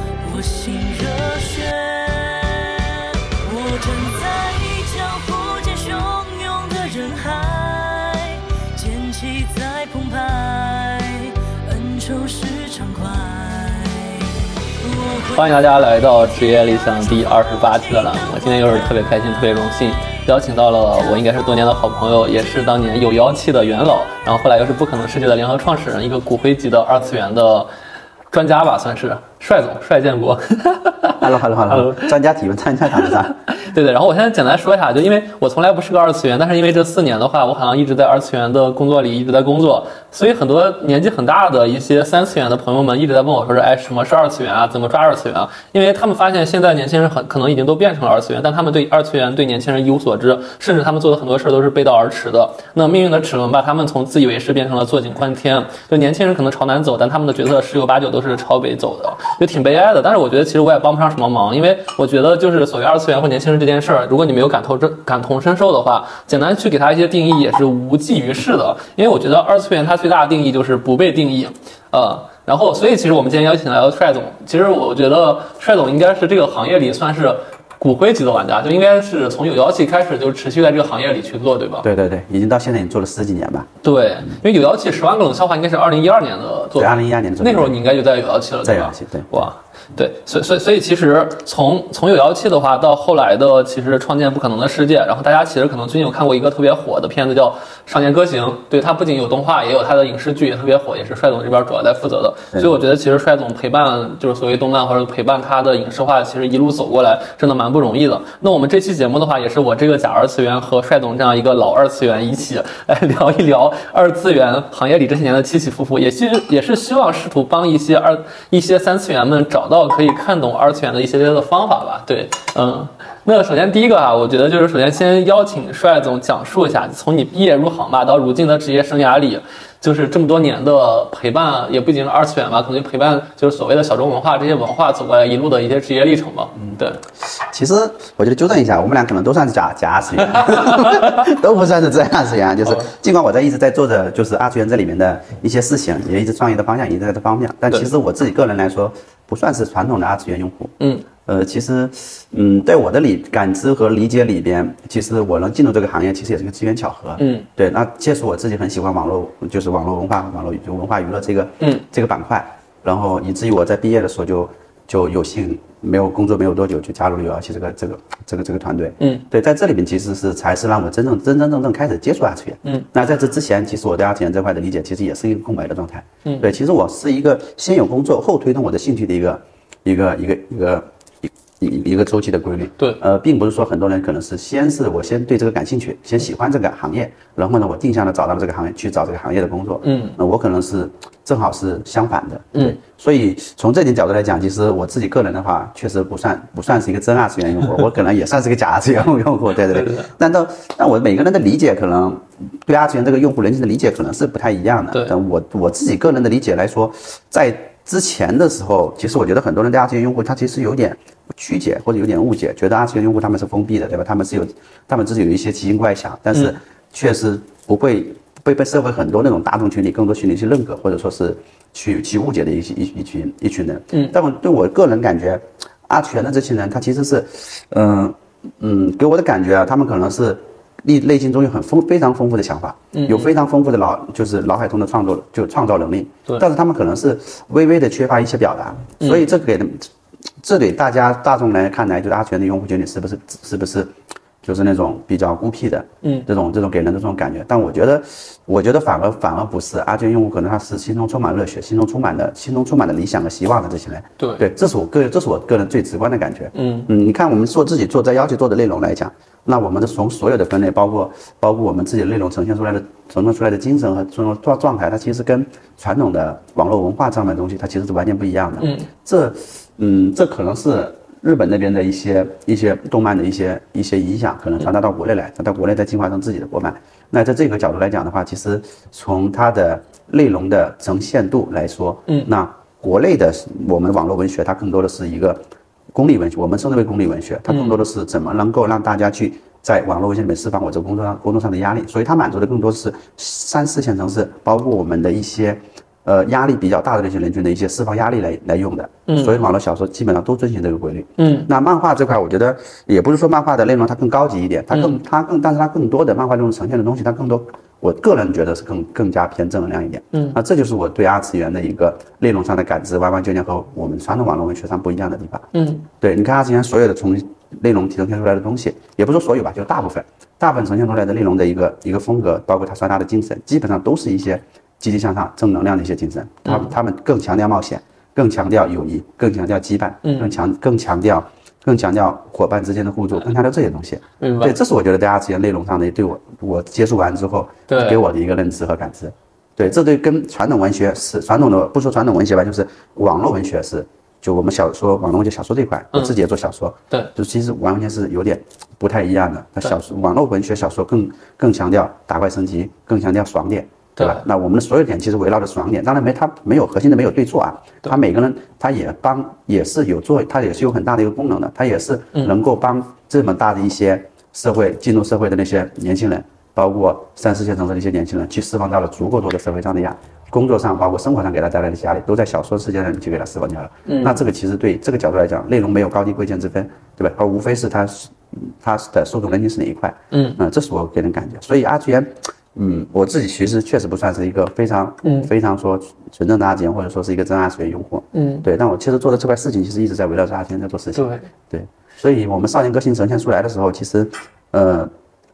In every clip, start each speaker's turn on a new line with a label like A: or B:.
A: 我心热血，我站在江湖间汹涌的人海，剑气在澎湃，恩仇是畅快。我会
B: 欢迎大家来到职业理想第二十八期的栏目。今天又是特别开心，特别荣幸，邀请到了我应该是多年的好朋友，也是当年有妖气的元老，然后后来又是不可能世界的联合创始人，一个骨灰级的二次元的专家吧，算是帅总帅建国。
C: Hello Hello Hello，专家提问，专家谈不上。
B: 对对，然后我现在简单说一下，就因为我从来不是个二次元，但是因为这四年的话，我好像一直在二次元的工作里一直在工作，所以很多年纪很大的一些三次元的朋友们一直在问我说是，哎，什么是二次元啊？怎么抓二次元啊？因为他们发现现在年轻人很可能已经都变成了二次元，但他们对二次元对年轻人一无所知，甚至他们做的很多事儿都是背道而驰的。那命运的齿轮把他们从自以为是变成了坐井观天，就年轻人可能朝南走，但他们的角色十有八九都是朝北走的，就挺悲哀的。但是我觉得其实我也帮不上什么忙，因为我觉得就是所谓二次元或年轻人这件事儿，如果你没有感同真感同身受的话，简单去给他一些定义也是无济于事的。因为我觉得二次元它最大的定义就是不被定义，呃。然后，所以其实我们今天邀请来了帅总，其实我觉得帅总应该是这个行业里算是骨灰级的玩家，就应该是从有妖气开始就持续在这个行业里去做，对吧？
C: 对对对，已经到现在已经做了十几年吧，
B: 对，因为有妖气十万个冷笑话应该是二零一二年的作
C: 对，
B: 品，
C: 二零一二年做的。
B: 那时候你应该就在有妖气了，
C: 在
B: 对
C: 有
B: 吧？
C: 妖气对
B: 哇，对，所以所以所以其实从从有妖气的话到后来的其实创建不可能的世界，然后大家其实可能最近有看过一个特别火的片子叫《少年歌行》，对，它不仅有动画，也有它的影视剧，也特别火，也是帅总这边主要在负责的。所
C: 对
B: 以我觉得其实帅总陪伴就是所谓动漫或者陪伴他的影视化，其实一路走过来真的蛮不容易的。那我们这期节目的话，也是我这个假二次元和帅总这样一个老二次元一起哎来聊一聊二次元行业里这些年的起起伏伏，也希也是希望试图帮一些二一些三次元们找到可以看懂二次元的一些些的方法吧。对，嗯。那首先第一个啊，我觉得就是首先先邀请帅总讲述一下，从你毕业入行吧，到如今的职业生涯里，就是这么多年的陪伴，也不仅是二次元吧，可能陪伴就是所谓的小众文化这些文化走过来一路的一些职业历程吧。嗯，对，
C: 其实我觉得纠正一下，我们俩可能都算是假假二次 元，都不算是真二次元。啊就是尽管我在一直在做着就是二次元这里面的一些事情，也一直创业的方向，也在这方面，但
B: 对
C: 其实我自己个人来说，不算是传统的二次元用户。
B: 嗯，
C: 呃，其实，嗯，在我的理感知和理解里边，其实我能进入这个行业，其实也是个机缘巧合。
B: 嗯，
C: 对。那确实我自己很喜欢网络，就是网络文化、网络就文化娱乐这个，
B: 嗯，
C: 这个板块。然后以至于我在毕业的时候就就有幸没有工作没有多久就加入了有妖气这个这个这个这个团队。
B: 嗯，
C: 对，在这里面其实是才是让我真正真真正正开始接触二次元。嗯，那在这之前，其实我对二次元这块的理解其实也是一个空白的状态。嗯，对，其实我是一个先有工作后推动我的兴趣的一个一个一个一个一一一个周期的规律。
B: 对
C: 呃，并不是说很多人可能是先是我先对这个感兴趣，先喜欢这个行业，然后呢，我定向的找到了这个行业，去找这个行业的工作。
B: 嗯，
C: 那我可能是正好是相反的。
B: 嗯
C: 对，所以从这点角度来讲，其实我自己个人的话，确实不算不算是一个真二次元用 户，我可能也算是个假二次元用户。对对
B: 对
C: 对
B: 对。
C: 但到但我每个人的理解可能对二次元这个用户人群的理解可能是不太一样的。
B: 对
C: 但我我自己个人的理解来说，在之前的时候，其实我觉得很多人对二次元用户他其实有点曲解或者有点误解，觉得二次元用户他们是封闭的，对吧？他们是有，他们自己有一些奇形怪想，
B: 嗯
C: 但是确实不会被被社会很多那种大众群体、更多群体去认可，或者说是去去误解的一些一一群一群人。嗯，但我对我个人感觉，二次元的这群人他其实是，嗯、嗯，给我的感觉啊，他们可能是内内心中有很丰非常丰富的想法，有非常丰富的脑就是脑海中的创作就创造能力，
B: 对
C: 但是他们可能是微微的缺乏一些表达，所以这给他们，这给大家大众来看来，就是阿全的用户群体是不是是不是就是那种比较孤僻的，嗯，这种这种给人的这种感觉。但我觉得，我觉得反而反而不是，阿娟用户可能他是心中充满热血，心中充满了心中充满了理想和希望的这些人。
B: 对
C: 对，这是我个这是我个人最直观的感觉。
B: 嗯
C: 你看我们做自己做在要求做的内容来讲，那我们的从所有的分类，包括包括我们自己的内容呈现出来的呈现出来的精神和这种状状态，它其实跟传统的网络文化上面的东西，它其实是完全不一样的。
B: 嗯，
C: 这嗯，这可能是日本那边的一些一些动漫的一些一些影响，可能传达到国内来，传到国内再进化成自己的国漫。那在这个角度来讲的话，其实从它的内容的呈现度来说，嗯，那国内的我们网络文学，它更多的是一个功利文学，我们称之为功利文学，它更多的是怎么能够让大家去在网络文学里面释放我这个工作上工作上的压力，所以它满足的更多是三四线城市，包括我们的一些呃压力比较大的那些人群的一些释放压力来来用的。嗯，所以网络小说基本上都遵循这个规律。
B: 嗯，
C: 那漫画这块，我觉得也不是说漫画的内容它更高级一点，它更、它更，但是它更多的漫画中呈现的东西，它更多，我个人觉得是更更加偏正能量一点。嗯，那这就是我对二次元的一个内容上的感知，完完全全和我们传统网络文学上不一样的地方。
B: 嗯，
C: 对，你看二次元所有的从内容体现出来的东西，也不是说所有吧，就大部分，大部分呈现出来的内容的一个一个风格，包括它传达的精神，基本上都是一些积极向上、正能量的一些精神。他他们更强调冒险，更强调友谊，更强调羁绊，更强更强调更强调伙伴之间的互助，更强调这些东西。
B: 明白
C: 对，。这是我觉得在二次元内容上的对我我接触完之后
B: 对
C: 给我的一个认知和感知。对，这对跟传统文学是传统的，不说传统文学吧，就是网络文学是，就我们小说网络文学小说这一块，我自己也做小说，
B: 嗯对，
C: 就其实完全是有点不太一样的。那小说网络文学小说更更强调打怪升级，更强调爽点。对吧
B: 对？
C: 那我们的所有点其实围绕着爽点，当然没它没有核心的没有对错啊，它每个人他也帮也是有做，它也是有很大的一个功能的，它也是能够帮这么大的一些社会进入社会的那些年轻人，包括三四线城市的一些年轻人，去释放到了足够多的社会上的压，工作上包括生活上给他带来的压力，都在小说世界上去给他释放掉了。那这个其实对这个角度来讲，内容没有高低贵贱之分，对吧？它无非是它是它的受众人群是哪一块，嗯，那、这是我给人感觉。所以二次元，嗯，我自己其实确实不算是一个非常，嗯，非常说纯正的二次元，或者说是一个真二次元用户，嗯，对。但我其实做的这块事情，其实一直在围绕着二次元在做事情，
B: 对，
C: 对，所以我们少年歌星呈现出来的时候，其实，呃，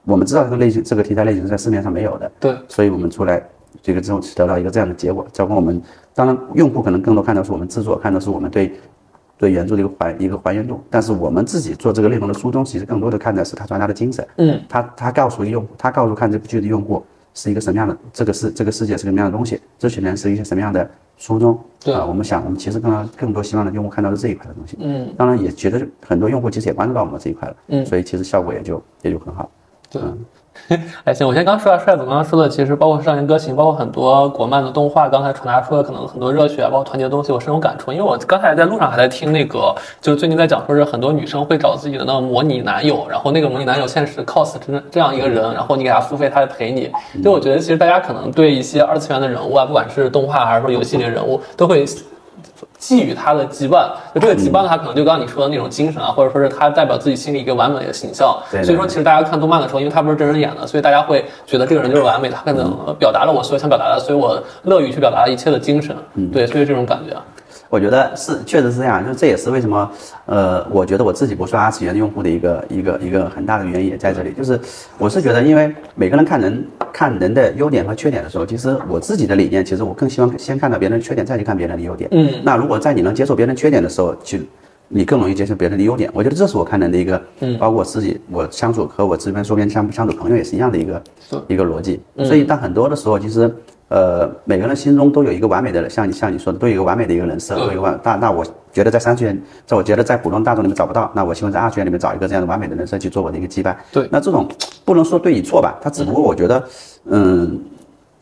C: 我们知道这个类型、这个题材类型是在市面上没有的，
B: 对，
C: 所以我们出来这个之后得到一个这样的结果，包括我们，当然用户可能更多看到是我们制作，看到是我们对对原著的一个还一个还原度，但是我们自己做这个内容的初衷，其实更多的看的是它传达的精神，
B: 嗯，
C: 它它告诉用户，它告诉看这部剧的用户是一个什么样的，这个是这个世界是个什么样的东西，这群人是一些什么样的初衷，
B: 对
C: 啊、我们想，我们其实更更多希望的用户看到的是这一块的东西，嗯，当然也觉得很多用户其实也关注到我们这一块了，嗯，所以其实效果也就也就很好，
B: 哎，行，我先刚说啊，帅总刚刚说的，其实包括《少年歌行》，包括很多国漫的动画，刚才传达出的可能很多热血啊，包括团结的东西，我深有感触。因为我刚才在路上还在听那个，就是最近在讲说是很多女生会找自己的那个模拟男友，然后那个模拟男友现实 cos 这这样一个人，然后你给他付费，他来陪你。就我觉得其实大家可能对一些二次元的人物啊，不管是动画还是说游戏里的人物，都会寄予他的羁绊，就
C: 嗯
B: 这个羁绊，他可能就刚刚你说的那种精神啊，或者说是他代表自己心里一个完美的形象。
C: 对对
B: 所以说，其实大家看动漫的时候，因为他不是真人演的，所以大家会觉得这个人就是完美的，他可能呃表
C: 嗯
B: 达了我所有想表达的，所以我乐于去表达一切的精神。对，所以这种感觉，
C: 我觉得是，确实是这样，就这也是为什么，呃，我觉得我自己不算二次元用户的一个一个一个很大的原因也在这里，就是我是觉得，因为每个人看人看人的优点和缺点的时候，其实我自己的理念，其实我更希望先看到别人的缺点，再去看别人的优点。嗯，那如果在你能接受别人缺点的时候，去你更容易接受别人的优点。我觉得这是我看人的一个，嗯，包括我自己，我相处和我这边周边相相处朋友也是一嗯样的一个一个逻辑。所以，但很多的时候，其实呃，每个人心中都有一个完美的，像你像你说的，都有一个完美的一个人设，都有一个完。那那我觉得在三次元，在我觉得在普通大众里面找不到，那我希望在二次元里面找一个这样的完美的人设去做我的一个羁绊。
B: 对
C: 那这种不能说对与错吧，它只不过我觉得，嗯，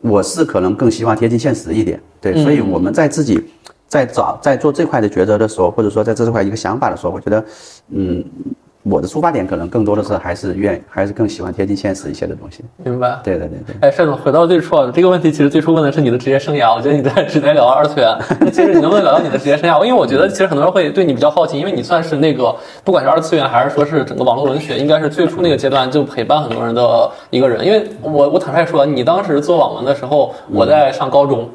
C: 我是可能更希望贴近现实一点，对，所以我们在自己在找在做这块的抉择的时候，或者说在这块一个想法的时候，我觉得，嗯，我的出发点可能更多的是还是愿还是更喜欢贴近现实一些的东西。
B: 明白。
C: 对对对对。
B: 哎，帅总，回到最初啊，这个问题其实最初问的是你的职业生涯，我觉得你在只在聊二次元。那其实你能不能聊聊你的职业生涯？因为我觉得其实很多人会对你比较好奇，因为你算是那个不管是二次元还是说是整个网络文学，应该是最初那个阶段就陪伴很多人的一个人。因为我我坦率说，啊你当时做网文的时候，我在上高中。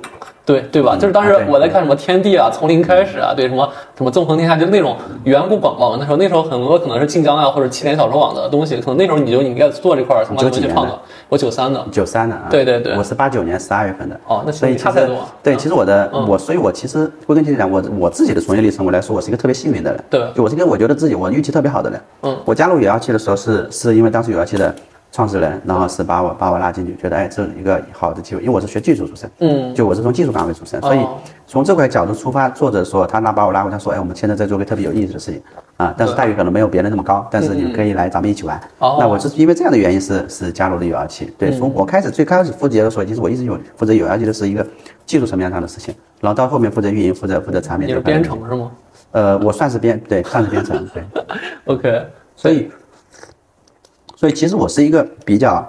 B: 对对吧？就是当时
C: 嗯啊对
B: 我在看什么天地啊，从零开始啊，对什么什么纵横天下，就那种远古广网文的时候，那时候很多可能是晋江啊或者七点小说网的东西，可能那时候你就应该做这块儿相关的文
C: 九几
B: 学
C: 年
B: 创
C: 的
B: 作。我九三的，
C: 九三的啊，
B: 对对对
C: 我是八九年十二月份的，
B: 哦那其实
C: 所以
B: 差
C: 其
B: 太
C: 实
B: 多了
C: 对，
B: 嗯
C: 其实我的我，所以我其实归根结底讲，我我自己的从业历程，我来说，我是一个特别幸运的人，
B: 对
C: 就我是一个我觉得自己我运气特别好的人，
B: 嗯，
C: 我加入有妖气的时候是是因为当时有妖气的创始人，然后是把我把我拉进去，觉得哎这是一个好的机会，因为我是学技术出身，
B: 嗯，
C: 就我是从技术岗位出身，所以
B: 哦
C: 从这块角度出发，作者说他那把我拉过来，他说哎我们现在在做个特别有意思的事情啊，但是待遇可能没有别人那么高，但是你们可以来咱们一起玩，
B: 哦嗯
C: 那我是因为这样的原因是是加入了有妖气，对，从我开始最开始负责的时候，其实我一直有负责有妖气的是一个技术层面上的事情，然后到后面负责运营，负责负责产品
B: 你
C: 这
B: 是
C: 块的
B: 编
C: 东西，
B: 程是吗
C: 呃，我算是编对，算是编程对。
B: ？OK，
C: 所以，所以其实我是一个比较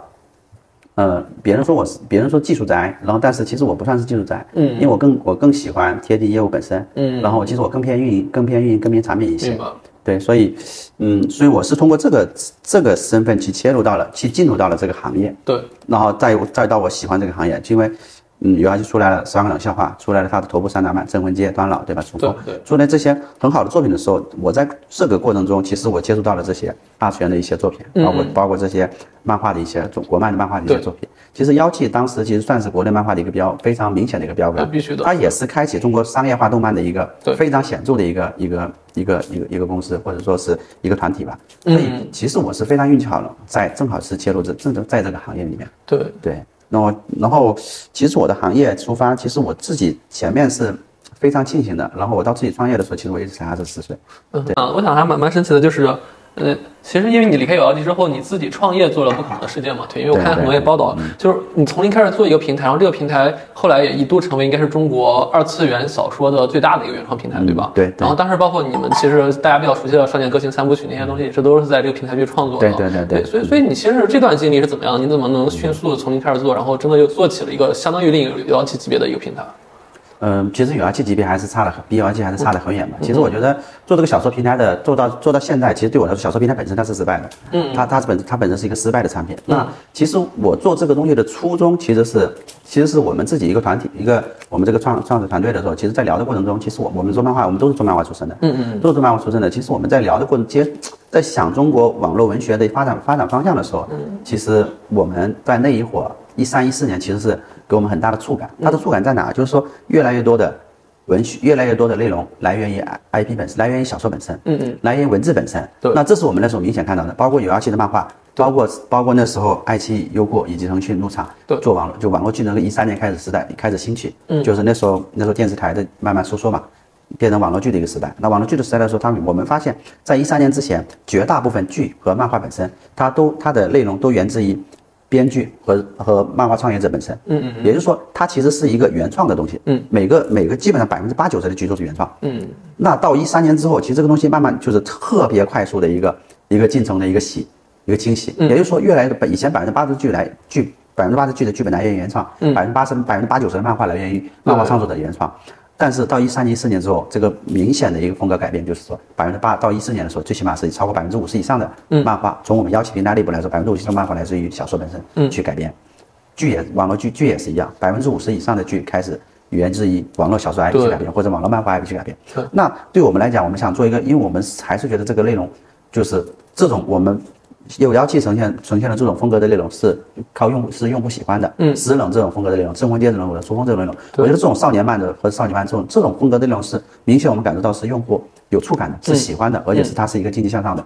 C: 呃，别人说我是，别人说技术宅，然后但是其实我不算是技术宅，
B: 嗯
C: 因为我更我更喜欢贴地业务本身，
B: 嗯
C: 然后其实我更偏运营，更偏运营，更偏产品一些
B: 明，白。
C: 对，所以，嗯，所以我是通过这个这个身份去切入到了，去进入到了这个行业，
B: 对，
C: 然后再再到我喜欢这个行业，就因为，嗯，原来就出来了《十万个冷笑话》，出来了他的头部三打板、镇魂街、端老，对吧？主播
B: 对对
C: 出来这些很好的作品的时候，我在这个过程中，其实我接触到了这些二次元的一些作品，包括包括这些漫画的一些中国漫的漫画的一些
B: 对
C: 作品。其实妖气当时其实算是国内漫画的一个标非常明显的一个标杆，
B: 那必须的
C: 它也是开启中国商业化动漫的一个
B: 对
C: 非常显著的一个一个一个一个一个公司或者说是一个团体吧。所以
B: 嗯
C: 其实我是非常运气好了，在正好是切入这正在这个行业里面。
B: 对，
C: 对，然后然后其实我的行业出发，其实我自己前面是非常庆幸的。然后我到自己创业的时候，其实我一直才二十四岁。
B: 嗯，啊，我想还蛮蛮神奇的，就是，呃，其实因为你离开有妖姬之后，你自己创业做了不可能的世界嘛，对，因为我
C: 对
B: 看很多
C: 对嗯
B: 也报道，就是你从零开始做一个平台，然后这个平台后来也一度成为应该是中国二次元小说的最大的一个原创平台，对吧？
C: 嗯对对
B: 然后当时包括你们其实大家比较熟悉的少年歌行三部曲那些东西，也是都是在这个平台去创作的。
C: 对对对嗯对
B: 所以所以你其实这段经历是怎么样？你怎么能迅速的从零开始做，然后真的就做起了一个相当于另一个妖姬级别的一个平台？
C: 嗯，其实与 R 七级别还是差的，比 R 七还是差的很远吧。其实我觉得做这个小说平台的，做到做到现在，其实对我来说，小说平台本身它是失败的，嗯，它它本它本身是一个失败的产品。那其实我做这个东西的初衷，其实是其实是我们自己一个团体，一个我们这个创创始团队的时候，其实在聊的过程中，其实我我们做漫画，我们都是做漫画出身的，嗯嗯，都是做漫画出身的。其实我们在聊的过程，接在想中国网络文学的发展发展方向的时候，其实我们在那一会儿。一三一四年其实是给我们很大的触感。它的触感在哪？就是说，越来越多的文学，越来越多的内容来源于 I- IP 本身，来源于小说本身，嗯嗯，来源于文字本身。
B: 对
C: 那这是我们那时候明显看到的，包括有妖气的漫画，包括包括那时候爱奇艺、优酷以及腾讯入场，
B: 对
C: 做网络就网络技能一三年开始时代开始兴起，嗯，就是那时候那时候电视台的慢慢收缩嘛。变成网络剧的一个时代。那网络剧的时代来说，他们我们发现，在一三年之前，绝大部分剧和漫画本身，它都它的内容都源自于编剧和和漫画创业者本身，嗯嗯，也就是说，它其实是一个原创的东西，嗯，每个每个基本上百分之八九十的剧都是原创，嗯，那到一三年之后，其实这个东西慢慢就是特别快速的一个一个进程的一个洗一个清洗，也就是说，越来越以前百分之八十剧来剧百分之八十剧的剧本来源于原创，百分之八十百分之八九十的漫画来源于漫画创作者的原创。但是到一三一四年之后，这个明显的一个风格改变，就是说百分之八到一四年的时候，最起码是超过百分之五十以上的漫画，从我们邀请平台内部来说，百分之五十以上的漫画来自于小说本身去改编。剧也网络剧剧也是一样，百分之五十以上的剧开始源自于网络小说 IP
B: 对
C: 去改编，或者网络漫画 IP 去改编
B: 对。
C: 那对我们来讲，我们想做一个，因为我们还是觉得这个内容就是这种我们有妖气呈现呈现的这种风格的内容是靠用户是用户喜欢的，嗯，死冷这种风格的内容，镇魂街这种内容，书风这种内容，我觉得这种少年漫的和少女漫这种这种风格的内容是明显我们感受到是用户有触感的，是喜欢的，而且是它是一个积极向上的。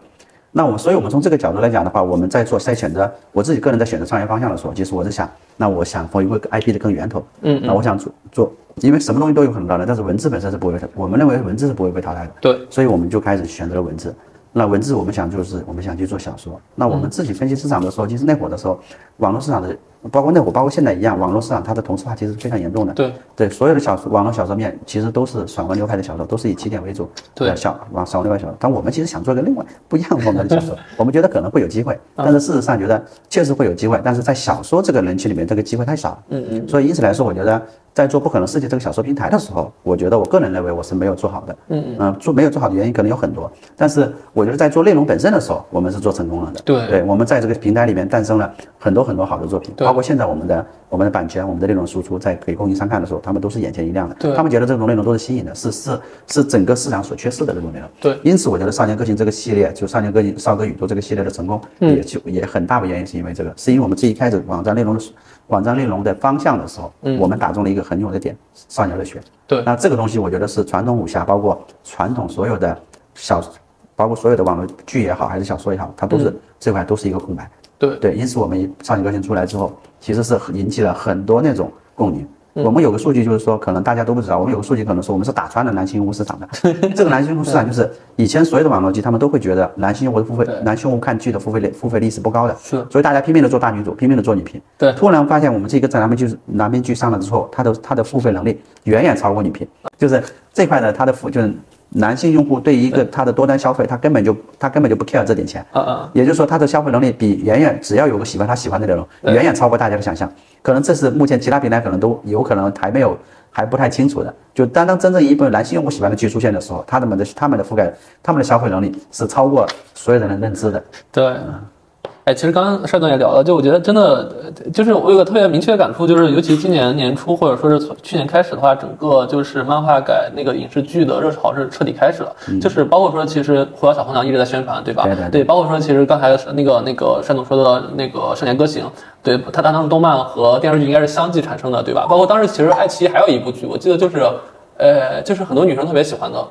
C: 那我所以，我们从这个角度来讲的话，我们在做在选择我自己个人在选择创业方向的时候，其实我是想，那我想回归 IP 的更源头，嗯，那我想做做，因为什么东西都有可能淘汰，但是文字本身是不会被，我们认为文字是不会被淘汰的，
B: 对，
C: 所以我们就开始选择了文字。那文字我们想就是我们想去做小说。那我们自己分析市场的时候，其实那会儿的时候，网络市场的包括那会儿包括现在一样，网络市场它的同质化其实是非常严重的。
B: 对
C: 对，所有的小说网络小说面其实都是爽文流派的小说，都是以起点为主。
B: 对
C: 呃小往爽文流派小说，但我们其实想做一个另外不一样风格的小 说，我们觉得可能会有机会，但是事实上觉得确实会有机会，但是在小说这个人群里面，这个机会太少。嗯嗯。所以因此来说，我觉得在做不可能世界这个小说平台的时候，我觉得我个人认为我是没有做好的。嗯嗯。做没有做好的原因可能有很多，但是我觉得在做内容本身的时候，我们是做成功了的。
B: 对
C: 对，我们在这个平台里面诞生了很多很多好的作品，
B: 对
C: 包括现在我们的我们的版权、我们的内容输出，在给供应商看的时候，他们都是眼前一亮的，
B: 对
C: 他们觉得这种内容都是新颖的，是是是整个市场所缺失的这种内容。
B: 对
C: 因此我觉得《少年个性》这个系列，就《少年个性》《少哥宇宙》这个系列的成功，
B: 嗯
C: 也就也很大的原因是因为这个，是因为我们最一开始网站内容的网站内容的方向的时候，我们打中了一个很有的点——少年热血。
B: 嗯对
C: 那这个东西我觉得是传统武侠，包括传统所有的小，包括所有的网络剧也好，还是小说也好，它都是、这块都是一个空白。
B: 嗯对
C: 对，因此我们少年歌行出来之后，其实是引起了很多那种共鸣。
B: 嗯
C: 我们有个数据，就是说，可能大家都不知道，我们有个数据，可能说我们是打穿了男性用户市场的。 这个男性用户市场就是以前所有的网络剧，他们都会觉得男性用户的付费
B: 对，
C: 男性用户看剧的付费率付费率是不高的，
B: 是
C: 所以大家拼命的做大女主，拼命的做女频。
B: 对
C: 突然发现我们这个在男频剧男频剧上了之后，它的它的付费能力远远超过女频，就是这块呢，它的付就是男性用户对一个他的多单消费，他根本就他根本就不 care 这点钱，
B: 嗯嗯，
C: 也就是说他的消费能力比远远只要有个喜欢他喜欢的内容，
B: 对
C: 远远超过大家的想象。可能这是目前其他平台可能都有可能还没有还不太清楚的。就当当真正一部分男性用户喜欢的剧出现的时候，他们的他们的覆盖他们的消费能力是超过所有人的认知的。
B: 对。哎，其实刚刚帅总也聊了，就我觉得真的，呃就是我有个特别明确的感触，就是尤其今年年初或者说是从去年开始的话，整个就是漫画改那个影视剧的热潮是彻底开始了。就是包括说，其实《火小小红娘》一直在宣传，对吧？
C: 嗯对对对
B: 包括说，其实刚才那个那个单总说的那个《少年歌行》，对，它当时动漫和电视剧应该是相继产生的，对吧？包括当时其实爱奇艺还有一部剧，我记得就是，呃，就是很多女生特别喜欢的，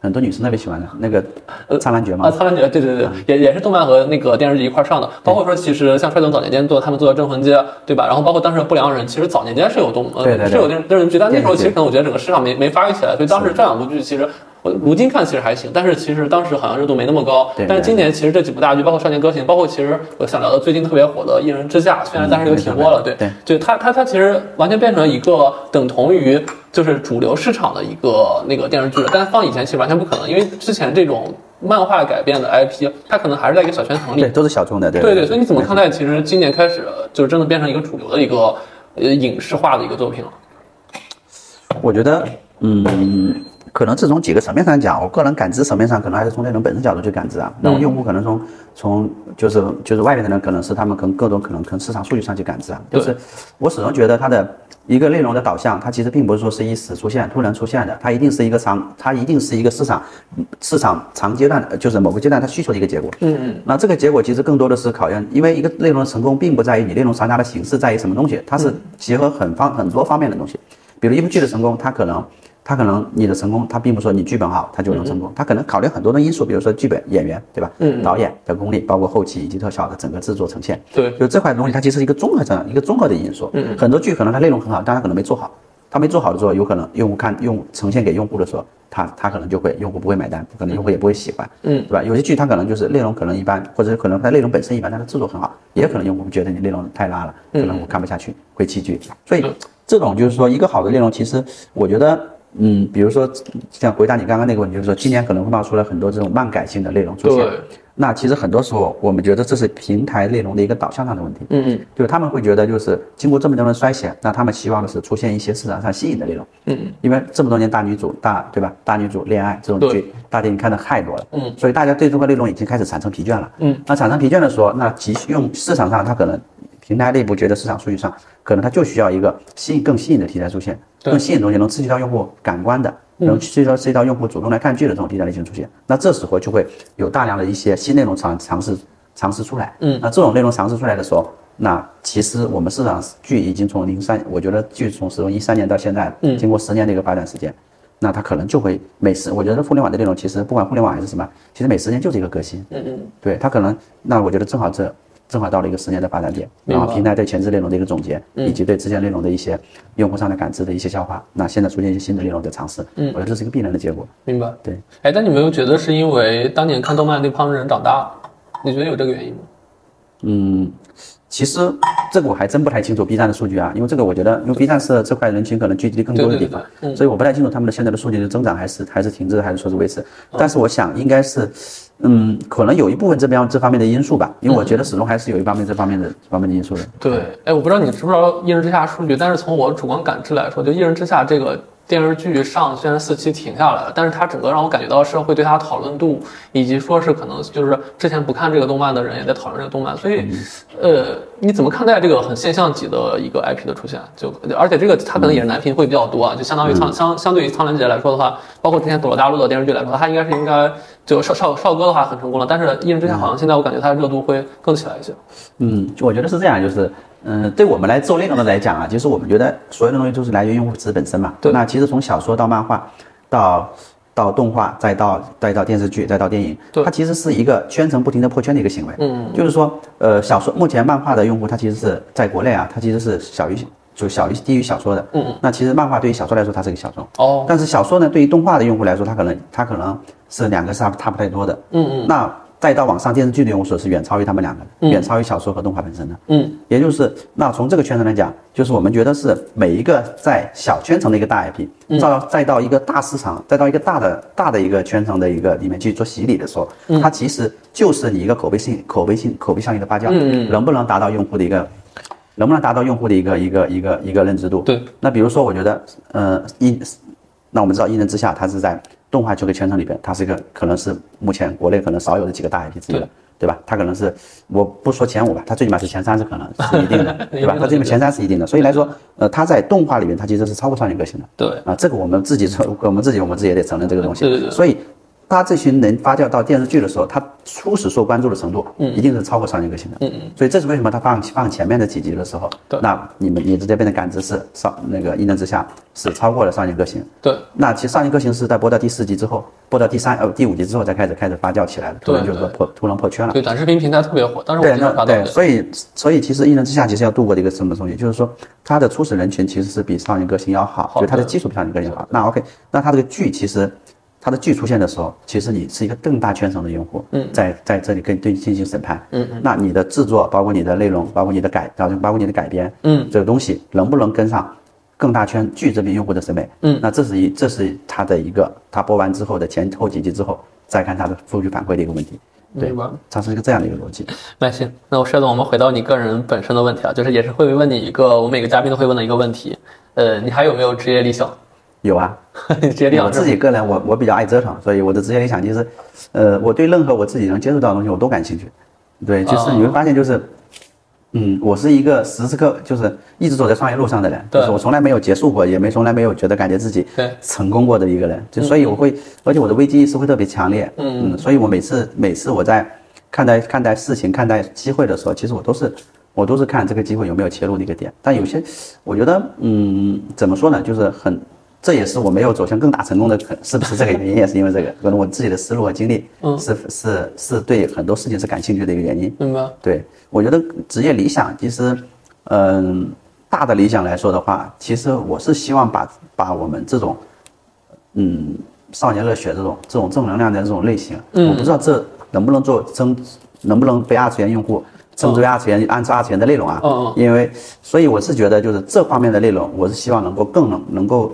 C: 很多女生特别喜欢的那个《苍兰诀》
B: 啊，
C: 嘛，
B: 苍兰诀，对对
C: 嗯
B: 对，也也是动漫和那个电视剧一块儿上的。包括说，其实像帅总早年间做，他们做的《镇魂街》，对吧？然后包括当时的不良人，其实早年间是有动，呃
C: 对对对
B: 是有电电视剧，但那时候
C: 电视
B: 其
C: 剧
B: 实可能我觉得整个市场没没发育起来，所以当时这两部剧其实。我如今看其实还行，但是其实当时好像热度没那么高。
C: 对对
B: 但是今年其实这几部大剧，包括《少年歌行》，包括其实我想聊的最近特别火的《一人之下》，虽然但是又停播了，
C: 嗯对对
B: 对，就它它它其实完全变成了一个等同于就是主流市场的一个那个电视剧了，但是放以前其实完全不可能，因为之前这种漫画改编的 IP，它可能还是在一个小圈层里
C: 对，，都是小众的，对
B: 对对，所以你怎么看
C: 待？
B: 待其实今年开始就是真的变成一个主流的一个呃影视化的一个作品了？
C: 我觉得，嗯，可能是从几个层面上讲，我个人感知层面上，可能还是从内容本身角度去感知啊。
B: 嗯
C: 那我用户可能从从就是就是外面的人，可能是他们可能各种可能可能市场数据上去感知啊。
B: 对
C: 就是我始终觉得它的一个内容的导向，它其实并不是说是一时出现、突然出现的，它一定是一个长，它一定是一个市场市场长阶段，呃就是某个阶段它需求的一个结果。
B: 嗯嗯，
C: 那这个结果其实更多的是考验，因为一个内容的成功并不在于你内容传达的形式在于什么东西，它
B: 嗯
C: 是结合很方很多方面的东西。比如一部剧的成功，它可能它可能你的成功，它并不说你剧本好它就能成功，它可能考虑很多的因素，比如说剧本、演员，对吧？
B: 嗯嗯
C: 导演的功力，包括后期以及特效的整个制作呈现。
B: 对
C: 就这块东西，它其实是一个综合上一个综合的因素。嗯，很多剧可能它内容很好，但它可能没做好。它没做好的时候，有可能用户看用户呈现给用户的时候，他他可能就会用户不会买单，可能用户也不会喜欢，
B: 嗯
C: 对吧？有些剧它可能就是内容可能一般，或者是可能它内容本身一般，但它制作很好，也可能用户觉得你内容太拉了，可能我看不下去，会弃剧。所以这种就是说一个好的内容，其实我觉得。嗯，比如说，像回答你刚刚那个问题，就是说今年可能会冒出来很多这种漫改性的内容出现。
B: 对，
C: 那其实很多时候，我们觉得这是平台内容的一个导向上的问题。
B: 嗯嗯，
C: 就是他们会觉得，就是经过这么多年的衰减，那他们希望的是出现一些市场上吸引的内容。
B: 嗯，
C: 因为这么多年大女主大对吧？大女主恋爱这种剧
B: 对，
C: 大家已经看的太多了。
B: 嗯，
C: 所以大家对这块内容已经开始产生疲倦了。
B: 嗯，
C: 那产生疲倦的时候，那急需用市场上它可能平台内部觉得市场数据上可能它就需要一个吸引更吸引的题材出现，
B: 对嗯
C: 更吸引的东西能刺激到用户感官的。能刺激到刺激到用户主动来看剧的这种题材类型出现，那这时候就会有大量的一些新内容尝尝试尝试出来。
B: 嗯
C: 那这种内容尝试出来的时候，那其实我们市场剧已经从零三，我觉得剧从从一三年到现在，
B: 嗯
C: 经过十年的一个发展时间，那它可能就会每十，我觉得互联网的内容其实不管互联网还是什么，其实每十年就是一个革新。
B: 嗯嗯，
C: 对它可能，那我觉得正好这正好到了一个十年的发展点，
B: 明白嗯
C: 然后平台对前置内容的一个总结，以及对之前内容的一些用户上的感知的一些消化，那现在出现一些新的内容的尝试，
B: 嗯
C: 我觉得这是一个必然的结果。
B: 明白。
C: 对，
B: 哎，但你没有觉得是因为当年看动漫那帮人长大了？你觉得有这个原因吗？
C: 其实这个我还真不太清楚 B 站的数据啊，因为这个我觉得，因为 B 站是这块人群可能聚集地更多的地方
B: 对对，对对嗯
C: 所以我不太清楚他们的现在的数据是增长还是还是停滞，还是说是维持。
B: 嗯
C: 但是我想应该是，嗯，可能有一部分这边这方面的因素吧，因为我觉得始终还是有一方面这方面的这方面的因素的。
B: 对，哎，我不知道你知不知道《一人之下》数据，但是从我主观感知来说，就《一人之下》这个电视剧上虽然四期停下来了，但是它整个让我感觉到社会对它讨论度，以及说是可能就是之前不看这个动漫的人也在讨论这个动漫，所以，呃，你怎么看待这个很现象级的一个 IP 的出现？就而且这个它可能也是男频会比较多啊，就相当于苍相相对于《苍兰诀》来说的话，包括之前《走了大陆》的电视剧来说，它应该是应该就少少少哥的话很成功了，但是《一人之下》好像现在我感觉它的热度会更起来一些。
C: 嗯，我觉得是这样，就是，嗯、对我们来做内容的来讲啊，其实我们觉得所有的东西都是来源于用户自己本身嘛。
B: 对
C: 那其实从小说到漫画，到到动画，再到再到电视剧，再到电影，
B: 对
C: 它其实是一个圈层不停的破圈的一个行为。
B: 嗯，
C: 就是说，呃，小说目前漫画的用户，它其实是在国内啊，它其实是小于就小于低于小说的。
B: 嗯嗯。
C: 那其实漫画对于小说来说，它是一个小众。
B: 哦，
C: 但是小说呢，对于动画的用户来说，它可能它可能是两个是差不差不太多的。
B: 嗯嗯，
C: 那再到网上电视剧的用户数是远超于他们两个的，远超于小说和动画本身的。
B: 嗯，
C: 也就是那从这个圈层来讲，就是我们觉得是每一个在小圈层的一个大 IP，再
B: 嗯
C: 到再到一个大市场，再到一个大的大的一个圈层的一个里面去做洗礼的时候，
B: 嗯
C: 它其实就是你一个口碑性、口碑性、口碑效应的芭蕉，
B: 嗯嗯
C: 能不能达到用户的一个，能不能达到用户的一个一个一个一个认知度？
B: 对。
C: 那比如说，我觉得，呃，一，那我们知道一人之下，它是在动画这个圈层里边，它是一个可能是目前国内可能少有的几个大 IP 之一了
B: 对。，
C: 对吧？它可能是我不说前五吧，它最起码是前三是可能是一定的 对吧？它最起码前三是一定的，所以来说，呃，它在动画里面它其实是超过少年个性的。
B: 对，
C: 啊，这个我们自己承， 我们自己我们自己也得承认这个东西。
B: 对对对
C: 所以，他这群人发酵到电视剧的时候，他初始受关注的程度，
B: 嗯
C: 一定是超过少年歌星的。嗯嗯。所以这是为什么他放放前面的几集的时候，
B: 对
C: 那你们你直接变成感知是少那个一人之下是超过了少年歌星。
B: 对，
C: 那其实少年歌行是在播到第四集之后，播到第三呃第五集之后才开始开始发酵起来的，突然
B: 对
C: 就是说
B: 对
C: 破突然破圈了。
B: 对，短视频平台特别火，当时我
C: 嗯对，
B: 经
C: 那
B: 常刷到
C: 对，
B: 的。
C: 所以所以其实一人之下其实要度过的一个什么东西，就是说它的初始人群其实是比少年歌行要好，
B: 好
C: 就它的
B: 对
C: 基础比少年歌行好。那 OK，那它这个剧其实它的剧出现的时候，其实你是一个更大圈层的用户，嗯，在在这里跟对你进行审判，嗯嗯，那你的制作，包括你的内容，包括你的改，然后包括你的改编，
B: 嗯，
C: 这个东西能不能跟上？更大圈剧这边用户的审美，
B: 嗯
C: 那这是一这是它的一个，它播完之后的前后几集之后，再看它的数据反馈的一个问题，对
B: 明白，
C: 它是一个这样的一个逻辑。
B: 那行，那我薛总，我们回到你个人本身的问题啊，就是也是会问你一个我每个嘉宾都会问的一个问题，呃，你还有没有职业理想？
C: 有啊，
B: 职业理想
C: 我
B: 是
C: 自己个人，我我比较爱折腾，所以我的职业理想就是，呃，我对任何我自己能接触到的东西我都感兴趣。对，就是
B: 哦
C: 你会发现就是，嗯，我是一个时时刻就是一直走在创业路上的人，
B: 对
C: 就是我从来没有结束过，也没从来没有觉得感觉自己
B: 对
C: 成功过的一个人。就所以我会，而且我的危机意识会特别强烈。嗯所以我每次每次我在看待看待事情、看待机会的时候，其实我都是。我都是看这个机会有没有切入的一个点，但有些，我觉得，嗯，怎么说呢，就是很这也是我没有走向更大成功的，可是不是这个原因？也是因为这个，可能我自己的思路和经历是、是是对很多事情是感兴趣的一个原因。
B: 明白，
C: 对我觉得职业理想，其实，嗯、大的理想来说的话，其实我是希望把把我们这种，嗯，少年热血这种这种正能量的这种类型，
B: 嗯
C: 我不知道这能不能做增，能不能被二次元用户称之为二次元，按照二次元的内容啊，
B: 嗯嗯
C: 因为所以我是觉得就是这方面的内容，我是希望能够更能能够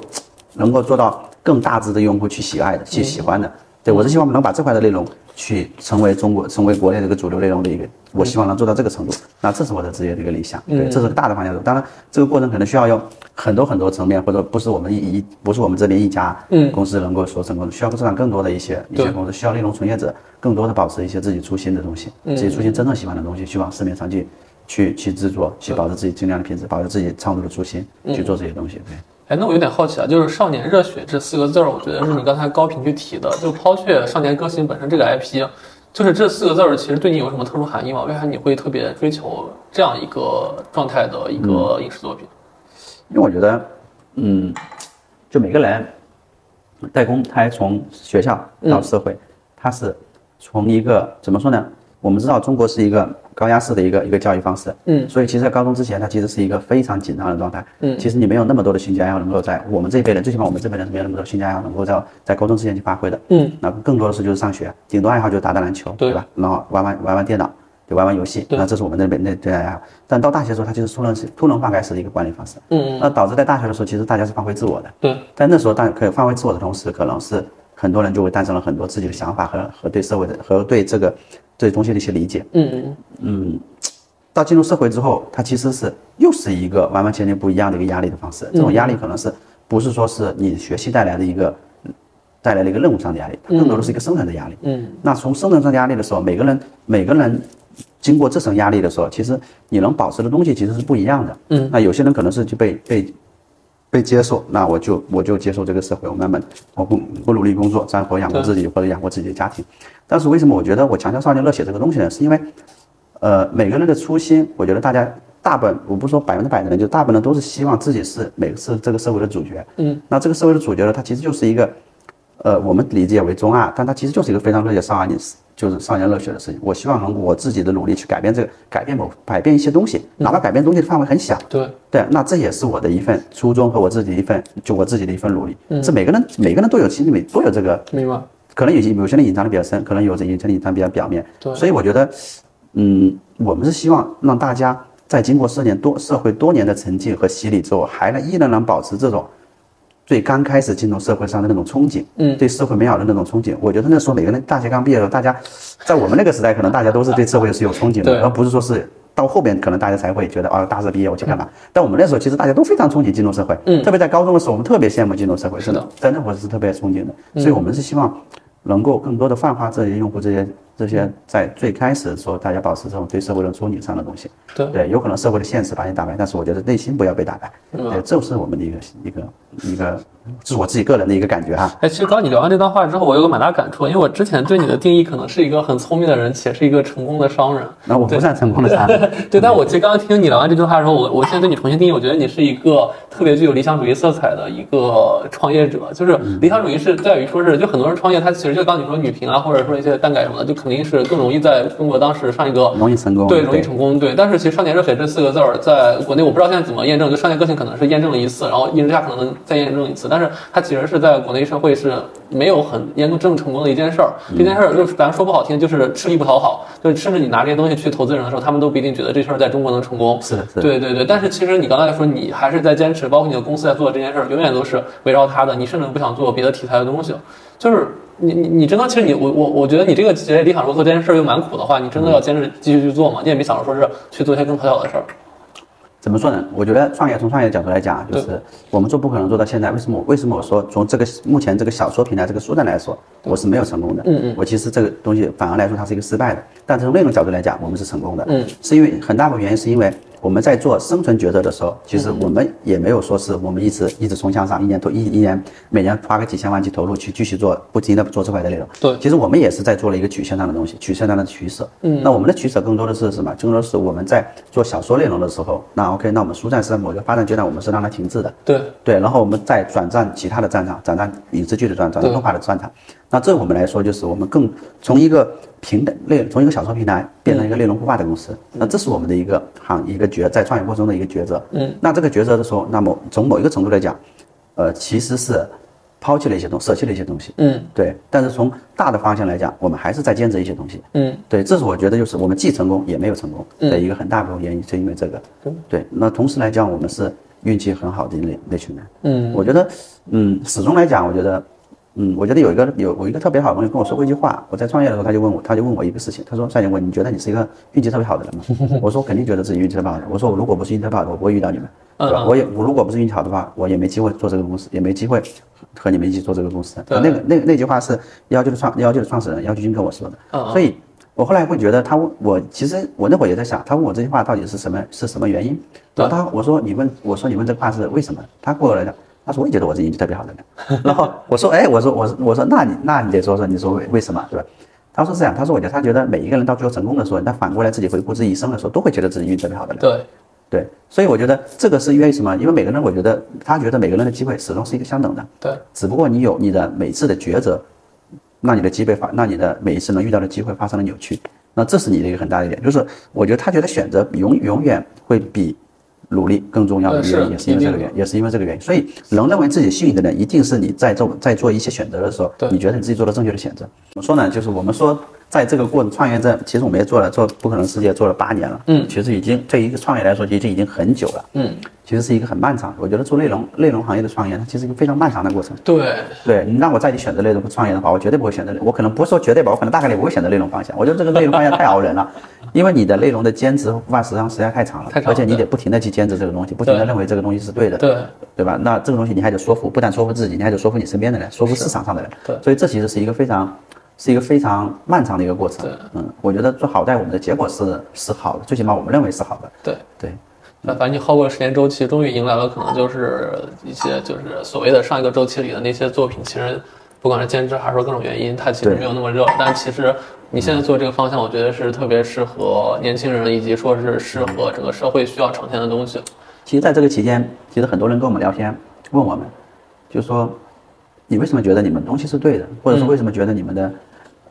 C: 能够做到更大致的用户去喜爱的、去喜欢的。对我是希望能把这块的内容去成为中国、成为国内这个主流内容的一个，我希望能做到这个程度。那这是我的职业的一个理想，对，这是个大的方向。当然，这个过程可能需要用很多很多层面，或者不是我们一一不是我们这边一家公司能够所成功的，需要市场更多的一些一
B: 对
C: 些公司，需要内容从业者更多的保持一些自己初心的东西，自己初心真正喜欢的东西，去往市面上去。去去制作，去保持自己尽量的品质，保持自己创作的初心，去做这些东西。对，
B: 哎，那我有点好奇啊，就是“少年热血”这四个字儿，我觉得是你刚才高频去提的，就抛却“少年歌行”本身这个 IP，就是这四个字儿其实对你有什么特殊含义吗？为啥你会特别追求这样一个状态的一个
C: 嗯
B: 影视作品？
C: 因为我觉得，嗯，就每个人代工，他从学校
B: 嗯
C: 到社会，他是从一个怎么说呢？我们知道中国是一个高压式的一个一个教育方式，
B: 嗯
C: 所以其实，在高中之前，它其实是一个非常紧张的状态，
B: 嗯
C: 其实你没有那么多的兴趣爱好能够在我们这一辈人，最起码我们这辈人是没有那么多兴趣爱好能够在在高中之前去发挥的，
B: 嗯，
C: 那更多的是就是上学，顶多爱好就是打打篮球，
B: 对
C: 吧？然后玩玩玩玩电脑，就玩玩游戏，
B: 对
C: 那这是我们那边那对爱好。但到大学的时候，它就是突然是突然放开式的一个管理方式，
B: 嗯，
C: 那导致在大学的时候，其实大家是放飞自我的，
B: 对，
C: 在那时候大可以放飞自我的同时，可能是很多人就会诞生了很多自己的想法和和对社会的和对这个对东西的一些理解。
B: 嗯，
C: 到进入社会之后，它其实是又是一个完完全全不一样的一个压力的方式。这种压力可能是不是说是你学习带来的一个带来的一个任务上的压力，它更多的是一个生存的压力。
B: 嗯，
C: 那从生存上的压力的时候，每个人每个人经过这层压力的时候，其实你能保持的东西其实是不一样的。
B: 嗯，
C: 那有些人可能是就被被被接受，那我就我就接受这个社会，我慢慢我不不努力工作，这样活养活自己或者养活自己的家庭。但是为什么我觉得我强调少年热血这个东西呢？是因为呃，每个人的初心，我觉得大家大部分，我不是说百分之百的人，就大部分人都是希望自己是每个是这个社会的主角。嗯，那这个社会的主角呢，他其实就是一个，呃，我们理解为中二，但他其实就是一个非常热血少年，就是少年热血的事情。我希望能我自己的努力去改变这个，改变某改变一些东西，哪怕改变东西的范围很小，
B: 对，
C: 对，那这也是我的一份初衷和我自己的一份，就我自己的一份努力。这每个人每个人都有心里面都有这个
B: 明白，
C: 可能有些有些人隐藏的比较深，可能有些有些人隐藏比较表面。
B: 对
C: 所以我觉得，嗯，我们是希望让大家在经过社年多社会多年的沉浸和洗礼之后，还能依然能保持这种最刚开始进入社会上的那种憧憬，
B: 嗯
C: 对社会美好的那种憧憬。我觉得那时候每个人大学刚毕业的时候，大家在我们那个时代，可能大家都是对社会是有憧憬
B: 对
C: 的，而不是说是。到后边可能大家才会觉得啊，大四毕业我去干嘛？但我们那时候其实大家都非常憧憬进入社会，
B: 嗯
C: 特别在高中的时候，我们特别羡慕进入社会，
B: 是的，
C: 在那会儿是特别憧憬的。所以我们是希望能够更多的泛化这些用户这些这些在最开始的时候大家保持这种对社会的憧憬上的东西。
B: 对
C: 对，有可能社会的现实把你打败，但是我觉得内心不要被打败。
B: 嗯
C: 对，这是我们的一个一个一个，这是我自己个人的一个感觉哈。
B: 哎，其实刚你聊完这段话之后，我有个蛮大感触，因为我之前对你的定义可能是一个很聪明的人，且是一个成功的商人。
C: 那我不算成功的啊商人，
B: 对，但我其实刚刚听你聊完这句话的时候，我我现在对你重新定义，我觉得你是一个特别具有理想主义色彩的一个创业者。就是理想主义是在于说是，就很多人创业，他其实就刚你说女频啊，或者说一些蛋改什么的，就肯定是更容易在中国当时上一个
C: 容易成功，
B: 对，容易成功，对。但是其实“少年热血”这四个字儿，在国内我不知道现在怎么验证，就“少年个性”可能是验证了一次，然后“一人之下”可能再验证一次，但是它其实是在国内社会是没有很验证成功的一件事儿。这件事儿就是咱说不好听，就是吃力不讨好，就是甚至你拿这些东西去投资人的时候，他们都不一定觉得这事儿在中国能成功。
C: 是的是的
B: 对对对。但是其实你刚才说你还是在坚持，包括你的公司在做这件事儿，永远都是围绕它的，你甚至不想做别的题材的东西。就是你你你真的，其实你我我我觉得你这个其实理想如果做这件事儿又蛮苦的话，你真的要坚持继续去做嘛？你也没想着说是去做一些更讨巧的事儿。
C: 怎么说呢？我觉得创业从创业角度来讲啊，就是我们做不可能做到现在，为什么我？为什么我说从这个目前这个小说平台这个书单来说，我是没有成功的。
B: 嗯嗯
C: 我其实这个东西反而来说它是一个失败的，但从内容角度来讲，我们是成功的。
B: 嗯，
C: 是因为很大部分原因是因为我们在做生存抉择的时候，其实
B: 嗯
C: 我们也没有说是我们一直一直冲向上，一年投一一年每年花个几千万去投入去继续做不停的做这块的内容。
B: 对
C: 其实我们也是在做了一个曲线上的东西，曲线上的取舍。嗯，那我们的取舍更多的是什么？更多的是我们在做小说内容的时候，那 OK，那我们书站是某个发展阶段，我们是让它停滞的。
B: 对，
C: 对，然后我们再转战其他的战场，转战影视剧的战场，转战
B: 对
C: 动画的战场。那这我们来说，就是我们更从一个平等内，从一个小说平
B: 嗯
C: 台变成一个内容孵化的公司。那这是我们的一个行一个抉在创业过程中的一个抉择。
B: 嗯，
C: 那这个抉择的时候，那么从某一个程度来讲，呃，其实是抛弃了一些东，舍弃了一些东西。
B: 嗯
C: 对，但是从大的方向来讲，我们还是在坚持一些东西。
B: 嗯，
C: 对，这是我觉得就是我们既成功也没有成功的一个很大部分原因，就因为这个。对，那同时来讲，我们是运气很好的那那群人。
B: 嗯，
C: 我觉得，嗯，始终来讲，我觉得，嗯，我觉得有一个有我一个特别好的朋友跟我说过一句话，我在创业的时候，他就问我，他就问我一个事情，他说：“夏姐，我你觉得你是一个运气特别好的人吗？”我说：“我肯定觉得自己运气特别好的。”我说：“我如果不是运气特别好的，我不会遇到你们，对
B: 嗯
C: 吧？
B: 嗯
C: 我也我如果不是运气好的话，我也没机会做这个公司，也没机会和你们一起做这个公司。”
B: 对
C: 那个那那句话是幺九的创幺九的创始人幺九军跟我说的，
B: 嗯嗯
C: 所以我后来会觉得他问我，其实我那会儿也在想，他问我这句话到底是什么是什么原因？
B: 对
C: 然后他我说你问我说你问这话是为什么？他跟我来讲，他说我也觉得我是运气特别好的 人。然后我说哎，我说我说我说那你那你得说说你说为为什么对吧？他说是这样，他说我觉得他觉得每一个人到最后成功的时候，他反过来自己回顾自己一生的时候，都会觉得自己运气特别好的人。
B: 对，
C: 对，所以我觉得这个是因为什么？因为每个人我觉得他觉得每个人的机会始终是一个相等的。
B: 对，
C: 只不过你有你的每次的抉择，让你的机会发，让你的每一次能遇到的机会发生了扭曲，那这是你的一个很大的一点，就是我觉得他觉得选择永永远会比努力更重要的
B: 嗯
C: 原因，
B: 是
C: 也是因
B: 一
C: 为这个
B: 定的
C: 原因，也是因为这个原因，所以能认为自己幸运的人，一定是你在做在做一些选择的时候
B: 对，
C: 你觉得你自己做了正确的选择。怎么说呢？就是我们说。在这个过程创业这，其实我们也做了做不可能世界做了八年了，
B: 嗯
C: 其实已经对于一个创业来说，其实已经很久了，
B: 嗯，
C: 其实是一个很漫长。我觉得做内容内容行业的创业，它其实是一个非常漫长的过程。
B: 对，
C: 对你让我再去选择内容创业的话，我绝对不会选择内，我可能不是说绝对吧，我可能大概率不会选择内容方向。我觉得这个内容方向太 熬人了，因为你的内容的坚持和孵化时长时间太长了，
B: 太长了
C: 而且你得不停的去坚持这个东西，不停的
B: 对
C: 认为这个东西是对的，
B: 对
C: 对吧？那这个东西你还得说服，不但说服自己，你还得说服你身边的人，说服市场上的人。
B: 对
C: 所以这其实是一个非常。是一个非常漫长的一个过程
B: 对，
C: 嗯，我觉得最好在我们的结果是是好的，最起码我们认为是好的，
B: 对。
C: 对，
B: 那反正你耗过时间周期，终于迎来了可能就是一些就是所谓的上一个周期里的那些作品，其实不管是兼职还是说各种原因，它其实
C: 对
B: 没有那么热。但其实你现在做这个方向，我觉得是特别适合年轻人，以及说是适合整个社会需要呈现的东西。
C: 其实在这个期间，其实很多人跟我们聊天，问我们，就说你为什么觉得你们东西是对的，或者说为什么觉得你们的，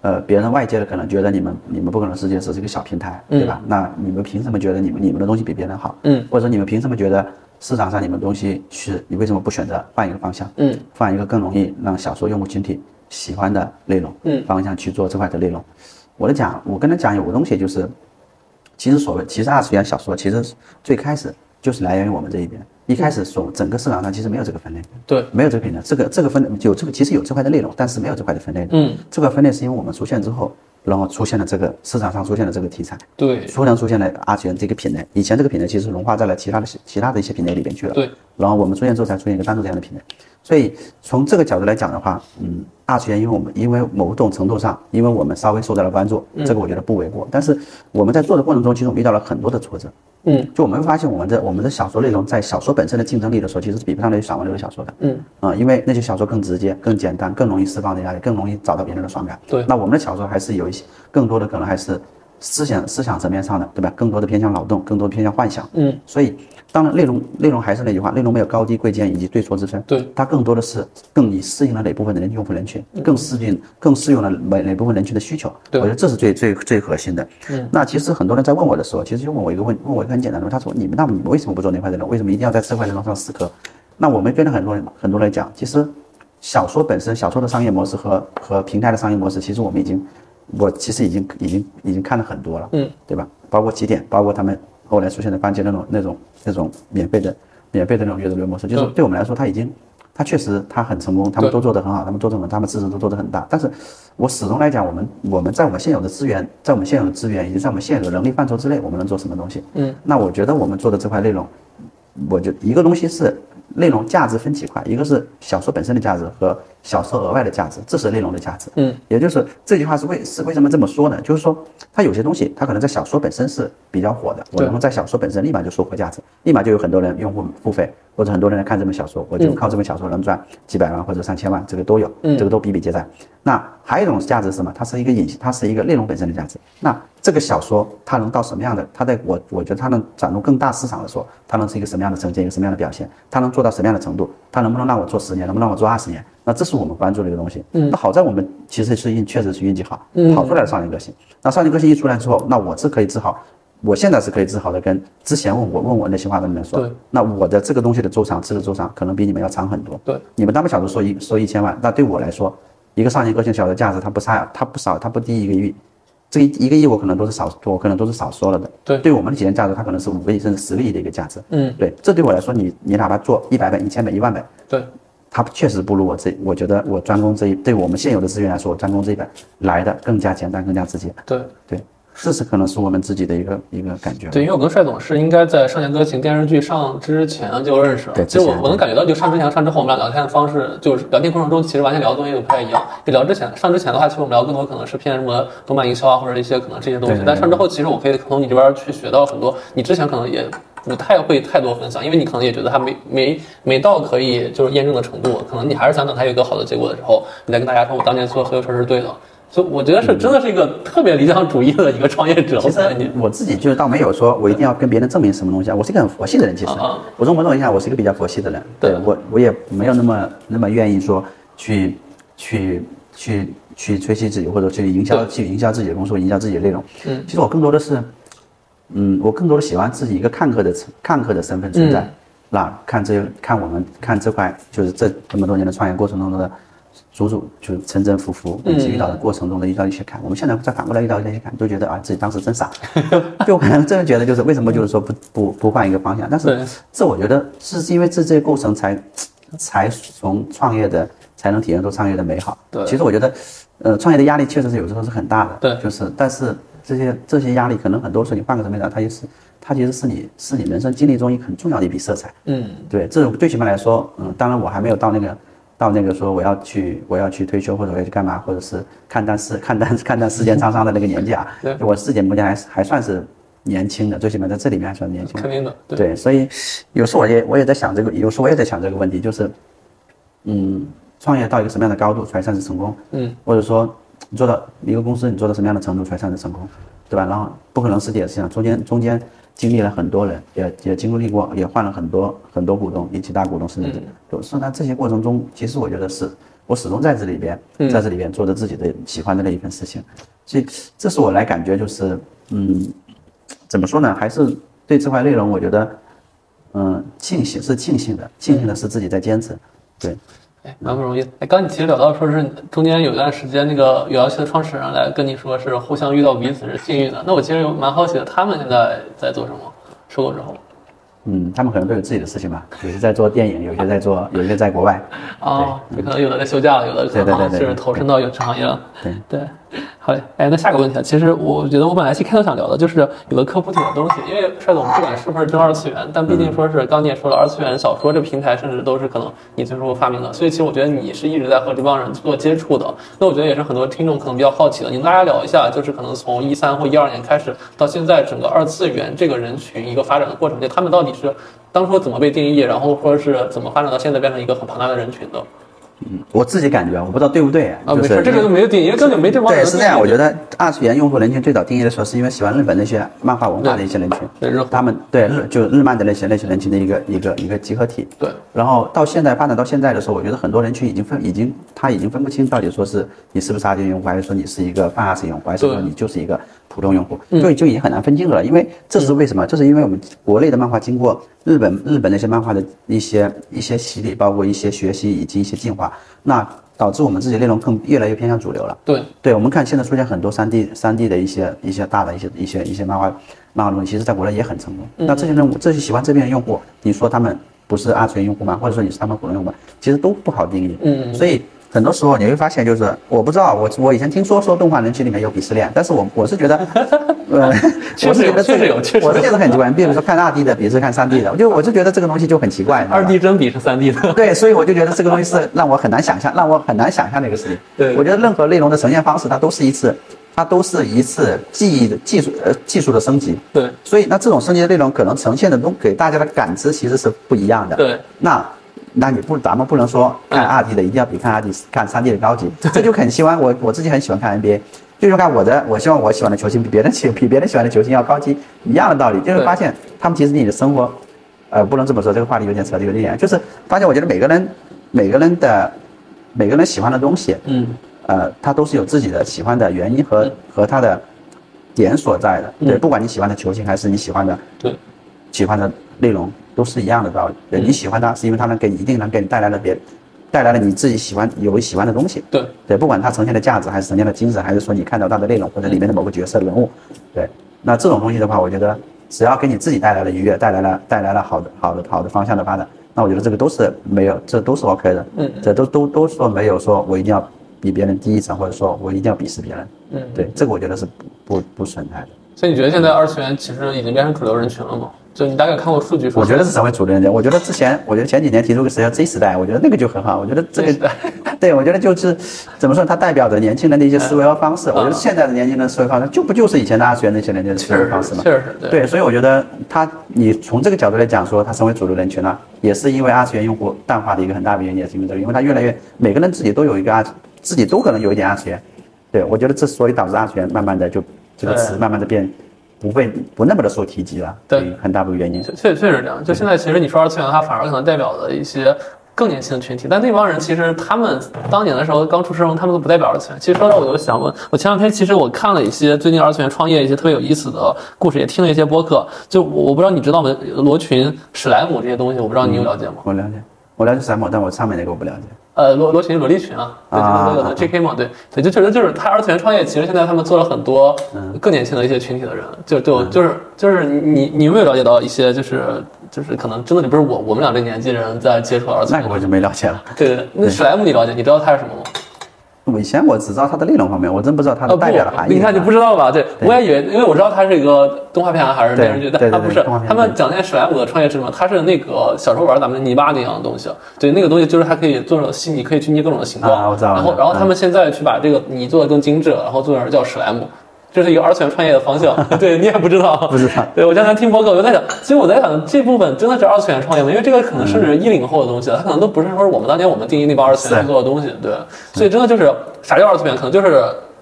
C: 呃，别人外界的可能觉得你们你们不可能世界只是一个小平台，对吧？那你们凭什么觉得你们你们的东西比别人好？
B: 嗯，
C: 或者说你们凭什么觉得市场上你们的东西是你为什么不选择换一个方向？
B: 嗯，
C: 换一个更容易让小说用户群体喜欢的内容，
B: 嗯
C: 方向去做这块的内容。我的讲，我跟他讲有个东西就是，其实所谓其实二次元小说其实最开始就是来源于我们这一边，一开始所整个市场上其实没有这个分类，
B: 对，
C: 没有这个分类，这个这个分类有这个其实有这块的内容，但是没有这块的分类的。
B: 嗯，
C: 这块分类是因为我们出现之后，然后出现了这个市场上出现了这个题材，
B: 对，
C: 突然出现了二次元这个品类。以前这个品类其实融化在了其他的其他的一些品类里边去了。
B: 对。
C: 然后我们出现之后才出现一个单独这样的品类，所以从这个角度来讲的话，嗯，二次元因为我们因为某种程度上，因为我们稍微受到了关注，这个我觉得不为过。但是我们在做的过程中，其实我们遇到了很多的挫折。
B: 嗯，
C: 就我们会发现，我们的我们的小说内容在小说本身的竞争力的时候，其实是比不上那些散文流的小说的。
B: 嗯，
C: 啊、因为那些小说更直接、更简单、更容易释放的压力，更容易找到别人的爽感。
B: 对
C: 那我们的小说还是有一些更多的可能还是思想思想层面上的，对吧？更多的偏向脑洞，更多的偏向幻想。
B: 嗯，
C: 所以当然内容内容还是那句话，内容没有高低贵贱以及对错之分。
B: 对
C: 它更多的是更以适应了哪部分的人用户人群，更适应更适用了哪哪部分人群的需求。
B: 对
C: 我觉得这是最最最核心的。嗯，那其实很多人在问我的时候，其实就问我一个问，问我一个很简单的问题，他说你们那你们为什么不做那块内容？为什么一定要在这块内容上死磕？那我们跟很多人很多人讲，其实小说本身，小说的商业模式和和平台的商业模式，其实我们已经，我其实已经已经已经看了很多了，
B: 嗯，
C: 对吧？包括起点，包括他们后来出现的番茄那种那种那种免费的免费的那种阅读流模式，就是
B: 嗯
C: 对我们来说，它已经。它确实，它很成功，他们
B: 对
C: 都做得很好，他们做得很，他们市值都做得很大。但是，我始终来讲，我们我们在我们现有的资源，在我们现有的资源以及在我们现有的能力范畴之内，我们能做什么东西？
B: 嗯，
C: 那我觉得我们做的这块内容，我觉得一个东西是内容价值分几块，一个是小说本身的价值和小说额外的价值，这是内容的价值。
B: 嗯，
C: 也就是这句话是为是为什么这么说呢？就是说，它有些东西它可能在小说本身是比较火的，我
B: 对
C: 能够在小说本身立马就收获价值，立马就有很多人用户付费，或者很多人来看这本小说，我就靠这本小说能赚几百万或者上千万，这个都有，
B: 嗯
C: 这个都比比皆在。那还有一种价值是什么？它是一个隐，它是一个内容本身的价值。那这个小说它能到什么样的？它在我我觉得它能展露更大市场的时候，它能是一个什么样的呈现，一个什么样的表现？它能做到什么样的程度？它能不能让我做十年？能不能让我做二十年？那这是我们关注的一个东西。嗯，那好在我们其实是运，确实是运气好，
B: 嗯
C: 跑出来了少年个性。那少年个性一出来之后，那我是可以自豪，我现在是可以自豪的跟之前问我问我那些话的人来说
B: 对，
C: 那我的这个东西的周长，吃的周长可能比你们要长很多。
B: 对，
C: 你们他们小时候说一说一千万，那对我来说，一个少年个性小的价值，它不差，它不少，它不低于一个亿。这一一个亿我可能都是少，我可能都是少说了的。
B: 对
C: 对我们的体验价值，它可能是五个亿甚至十个亿的一个价值。
B: 嗯，
C: 对，这对我来说，你你哪怕做一百本、一千本、一万本，
B: 对，
C: 它确实不如我这，我觉得我专攻这一，对我们现有的资源来说，我专攻这一本来的更加简单、更加直接。
B: 对。
C: 对，这是可能是我们自己的一个一个感觉。
B: 对，因为我跟帅总是应该在《少年歌行》电视剧上之前就认识了，
C: 对
B: 其实
C: 之
B: 我
C: 前
B: 我能感觉到，就上之前、上之后，我们俩聊天的方式，就是聊天过程中，其实完全聊的东西都不太一样。就聊之前、上之前的话，其实我们聊更多可能是偏什么动漫营销啊，或者一些可能这些东西。
C: 对对对
B: 但上之后，其实我可以从你这边去学到很多，你之前可能也不太会太多分享，因为你可能也觉得还没没没到可以就是验证的程度，可能你还是想等它有一个好的结果的时候，你再跟大家说我当年做的所有事儿是对的。所以我觉得是真的是一个特别理想主义的一个创业者，我
C: 嗯其实
B: 感觉。
C: 我自己就是倒没有说我一定要跟别人证明什么东西啊，我是一个很佛系的人。其实
B: 啊啊，
C: 我从某种意义上我是一个比较佛系的人，
B: 对
C: 我我也没有那么那么愿意说去去去去吹嘘自己，或者去营销
B: 对
C: 去营销自己的工作，营销自己的内容。
B: 嗯，
C: 其实我更多的是，嗯，我更多的喜欢自己一个看客的看客的身份存在。
B: 嗯
C: 那看这看我们看这块，就是这这么多年的创业过程中的足足就是沉沉浮浮，
B: 嗯
C: 以及遇到的过程中的遇到一些坎。我们现在再反过来遇到一些坎，都觉得啊自己当时真傻， 就就可能真的觉得就是为什么就是说不不不换一个方向。但
B: 对
C: 是这我觉得是因为这这个过程才才从创业的才能体验出创业的美好。
B: 对
C: 其实我觉得，呃，创业的压力确实是有时候是很大的。
B: 对
C: 就是但是这些这些压力可能很多时候你换个层面讲，它也是它其实是你是你人生经历中一个很重要的一笔色彩。
B: 嗯，
C: 对，这种最起码来说，嗯，当然我还没有到那个到那个说我要去我要去退休或者我要去干嘛，或者是看淡世 看淡看淡世间沧桑的那个年纪啊。
B: 对
C: 我自己目前还是还算是年轻的，最起码在这里面还算年轻的
B: 肯。定的，对，
C: 对，所以有时候我也我也在想这个，有时候我也在想这个问题，就是，嗯，创业到一个什么样的高度才算是成功？
B: 嗯，
C: 或者说你做到一个公司，你做到什么样的程度才算是成功，对吧？然后不可能是也是这样，中间中间经历了很多人，也也经历过，也换了很多很多股东，以及大股东甚
B: 嗯
C: 至有时候呢，这些过程中，其实我觉得是我始终在这里边，
B: 嗯
C: 在这里边做着自己的喜欢的那一份事情，所以这是我来感觉就是，嗯，怎么说呢？还是对这块内容，我觉得，嗯，庆幸是庆幸的，庆幸的是自己在坚持，对，
B: 哎，蛮不容易。哎，刚你其实聊到说是中间有一段时间，那个有摇系的创始人来跟你说是互相遇到彼此是幸运的。那我其实有蛮好奇的，他们现在在做什么？收购之后
C: 嗯，他们可能都有自己的事情吧，有些在做电影，有些在做，有些在国外。
B: 哦，就可能有的在休假了，有的可
C: 对对
B: 能
C: 对对
B: 就是啊投身到影视行业了。
C: 对
B: 对，好嘞。哎，那下个问题啊，其实我觉得我本来一开头想聊的就是有的科普挺的东西，因为帅总不管是不是真二次元，但毕
C: 嗯
B: 竟说是刚你也说了，二次元小说这平台甚至都是可能你最初发明的，所以其实我觉得你是一直在和这帮人做接触的。那我觉得也是很多听众可能比较好奇的，你跟大家聊一下，就是可能从一三或一二年开始到现在，整个二次元这个人群一个发展的过程，就他们到底是当初怎么被定义，然后说是怎么发展到现在变成一个很庞大的人群的。
C: 我自己感觉，我不知道对不对，
B: 啊，
C: 就
B: 没
C: 是
B: 事，这个就没有定义，因为根本就没这帮人。
C: 对，是这样。我觉得二次元用户人群最早定义的时候，是因为喜欢日本那些漫画文化的一些人群，
B: 对日
C: 他们对日就日漫的那些那些人群的一个一个一个集合体。
B: 对，
C: 然后到现在发展到现在的时候，我觉得很多人群已经分已经他已经分不清到底说是你是不是二次元用户，还是说你是一个泛二次元用户，还是说
B: 对
C: 你就是一个普通用户，就就已经很难分清楚了。因为这是为什么？这是因为我们国内的漫画经过日本日本那些漫画的一些一些洗礼，包括一些学习以及一些进化，那导致我们自己内容更越来越偏向主流了。
B: 对，
C: 对，我们看现在出现很多三 D 三 D 的一些一些大的一些一些一些漫画漫画东西，其实在国内也很成功。
B: 嗯
C: 那这些人，这些喜欢这边的用户，你说他们不是二次元用户吗？或者说你是他们普通用户吗？其实都不好定义。
B: 嗯
C: 所以很多时候你会发现，就是我不知道，我我以前听说说动画人群里面有鄙视链，但是我我是觉得， 呃，
B: 确
C: 我是
B: 实有
C: 觉得这
B: 确实有确实有
C: 我是觉得很奇怪。你比如说看二 D 的鄙视看三 D 的，我就我就觉得这个东西就很奇怪。你知道吧
B: 二 D 真比是三 D 的。
C: 对，所以我就觉得这个东西是让我很难想象，让我很难想象的一个事情。
B: 对
C: 我觉得任何内容的呈现方式，它都是一次，它都是一次技艺的技术呃技术的升级。
B: 对，
C: 所以那这种升级的内容，可能呈现的东给大家的感知其实是不一样的。
B: 对，
C: 那那你不，咱们不能说看二 D 的一定要比看二 D 看三 D 的高级，这就很喜欢我我自己很喜欢看 NBA。就是看我的，我希望我喜欢的球星比别人喜比别人喜欢的球星要高级，一样的道理，就是
B: 对
C: 发现他们其实你的生活呃，不能这么说，这个话题有点扯得有点远。就是发现，我觉得每个人，每个人的，每个人喜欢的东西，
B: 嗯，
C: 呃，他都是有自己的喜欢的原因和、
B: 嗯
C: 和他的点所在的。
B: 嗯
C: 对，不管你喜欢的球星还是你喜欢的
B: 对，
C: 喜欢的内容，都是一样的道理。对，
B: 嗯
C: 你喜欢它是因为它能给你一定能给你带来了别，带来了你自己喜欢有喜欢的东西。
B: 对，
C: 对，不管它呈现的价值，还是呈现的精神，还是说你看到它的内容或者里面的某个角色人物，对，那这种东西的话，我觉得只要给你自己带来了愉悦，带来了带来了好的好的好的方向的发展，那我觉得这个都是没有，这都是 OK 的，
B: 嗯
C: 这都都都说没有说我一定要比别人低一层，或者说我一定要鄙视别人，
B: 嗯，
C: 对，这个我觉得是不不不存在的。
B: 所以你觉得现在二次元其实已经变成主流人群了吗？就你大概看过数据说，
C: 我觉得是成为主流人家。我觉得之前，我觉得前几年提出个词叫 Z 时代，我觉得那个就很好。我觉得这
B: Z 时
C: 个
B: 代，
C: 对我觉得就是怎么说，它代表着年轻人的一些思维和方式。
B: 嗯
C: 我觉得现在的年轻人思维方式，就不就是以前的二次元那些人的思维方式吗？
B: 确实是，
C: 对，所以我觉得它，你从这个角度来讲说，它成为主流人群了，也是因为二次元用户淡化的一个很大的原因，也是因为这个，因为它越来越每个人自己都有一个二次，自己都可能有一点二次元。对，我觉得这所以导致二次元慢慢的就这个词
B: 对
C: 慢慢的变不被不那么的受提及了，
B: 对，
C: 很大部分原因。
B: 确确实是这样。就现在，其实你说二次元，它反而可能代表了一些更年轻的群体，但那帮人其实他们当年的时候刚出生，他们都不代表二次元。其实说到我就想问，我前两天其实我看了一些最近二次元创业一些特别有意思的故事，也听了一些播客。就我我不知道你知道吗？罗群、史莱姆这些东西，我不知道你有了解吗？
C: 我了解，我了解什么？但我上面那个我不了解。
B: 呃，罗罗群、萝莉群啊，对，就
C: 啊
B: 是那个
C: 啊啊
B: JK 嘛，对，对，就觉得就是他二次元创业，其实现在他们做了很多
C: 嗯
B: 更年轻的一些群体的人，就就就是就是你你有没有了解到一些就是就是可能真的就不是我我们俩这年纪人在接触二次
C: 那
B: 元
C: 个，我就没了解了。
B: 对，那史莱姆你了解？你知道它是什么吗？
C: 我以前我只知道它的内容方面，我真不知道它
B: 啊
C: 的代表的含义。
B: 不，你看就不知道吧？对，我也以为，因为我知道它是一个动画片啊还是
C: 对
B: 电视剧，
C: 对
B: 但它不
C: 对对
B: 是
C: 动画。片
B: 他们讲那史莱姆的创业是什么？它是那个小时候玩咱们的泥巴那样的东西，对，那个东西就是它可以做成细泥，可以去捏各种的形
C: 啊
B: 状。
C: 我知道
B: 然后，然后他们现在去把这个泥做的更精致，然后做成叫史莱姆。这是一个二次元创业的方 向，对你也不知道，
C: 不知道
B: 对我刚才听播客，我就在想，其实我在想这部分真的是二次元创业吗？因为这个可能甚至一零后的东西，它可能都不是说我们当年我们定义那帮二次元
C: 是
B: 做的东西，对。所以真的就是啥叫二次元，可能就是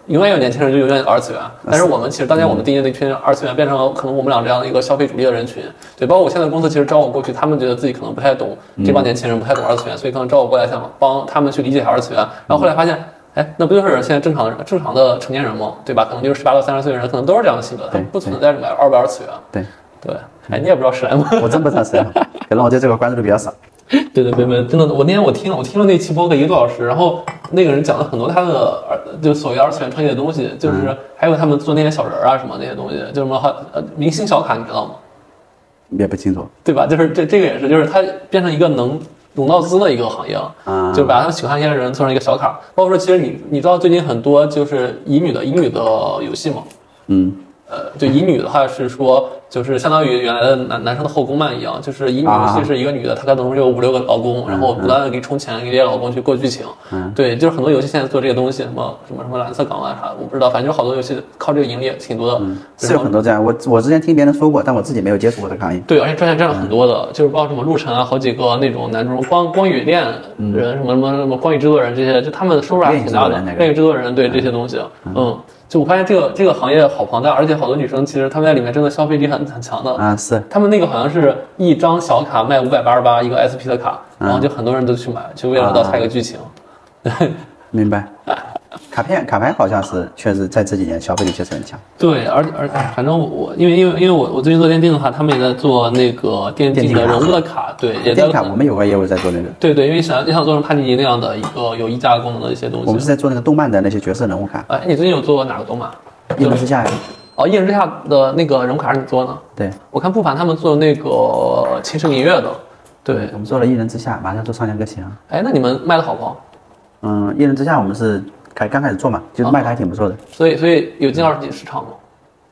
B: 永远有年轻人就永远有二次元，但啊是我嗯们其实当年我们定义的一群二次元变成了可能我们俩这样的一个消费主义的人群，对。包括我现在公司其实招我过去，他们觉得自己可能不太懂这帮年轻人不太懂二次元，所以可能招我过来想帮他们去理解一下二次元，然后后来发现。哎，那不就是现在正常人、正常的成年人吗？对吧？可能就是十八到三十岁的人，可能都是这样的性格，他们
C: 对
B: 不存在什么二不二次元。
C: 对，
B: 哎对，哎，你也不知道史莱姆。
C: 啊我真不知道是什么，可能我对这个关注的比较少。
B: 对对，没没，真的，我那天我听了，我听了那期播客一个多小时，然后那个人讲了很多他的二，就所谓二次元创业的东西，就是还有他们做那些小人儿啊什么那些东西，就什么好呃明星小卡，你知道吗？
C: 也不清楚。
B: 对吧？就是这这个也是，就是它变成一个能融到资的一个行业了，
C: 啊
B: 就是把他们喜欢一些人做成一个小卡。包括说，其实你你知道最近很多就是乙女的乙女的游戏吗？
C: 嗯，
B: 呃，就乙女的话是说，就是相当于原来的男男生的后宫漫一样，就是乙女游戏
C: 啊嗯
B: 是一个女的，她可能有五六个老公，然后不断的给你充钱，给这些老公去过剧情。对，就是很多游戏现在做这个东西，什么什么什么蓝色港湾啊啥，的，我不知道，反正就好多游戏靠这个盈利也挺多的。
C: 嗯是有很多这样。我我之前听别人说过，但我自己没有接触过这个行业。
B: 对，而且专业占了很多
C: 嗯
B: 的，就是包括什么陆晨啊，好几个那种男主人公光光宇恋人，什么什么什么光宇制作人这些，就他们的收入还是挺大的
C: 嗯恋与制作人那。个
B: 恋与制作人对这些东西，嗯，就我发现这个这个行业好庞大，而且好多女生其实她们在里面真的消费力很很强的。
C: 啊，是
B: 他们那个好像是一张小卡卖五百八十八一个 SP 的卡，
C: 嗯
B: 然后就很多人都去买，就为了到它一个剧
C: 啊
B: 情。
C: 明 白。卡片卡牌好像是确实在这几年消费力确实很强。
B: 对，而而反正我我因为因为因为我我最近做电竞的话，他们也在做那个电竞的
C: 电竞卡
B: 人物的卡，对，也
C: 电
B: 在
C: 竞卡我们有个业务在做那个，
B: 对对，因为想也想做成帕尼尼那样的一个有溢价功能的一些东
C: 我们是
B: 西。
C: 在做那个动漫的那些角色人物卡，
B: 哎，你最近有做过哪个动漫？
C: 一人之下呀。
B: 哦，一人之下的那个人物卡是你做的？
C: 对，
B: 我看不凡他们做那个轻声音乐的，对
C: 我。们做了一人之下，马上做上下歌行。
B: 哎，那你们卖的好不好？
C: 嗯，一人之下我们是开刚开始做嘛，
B: 哦
C: 就是卖的还挺不错的。
B: 所以所以有进二十级市场吗？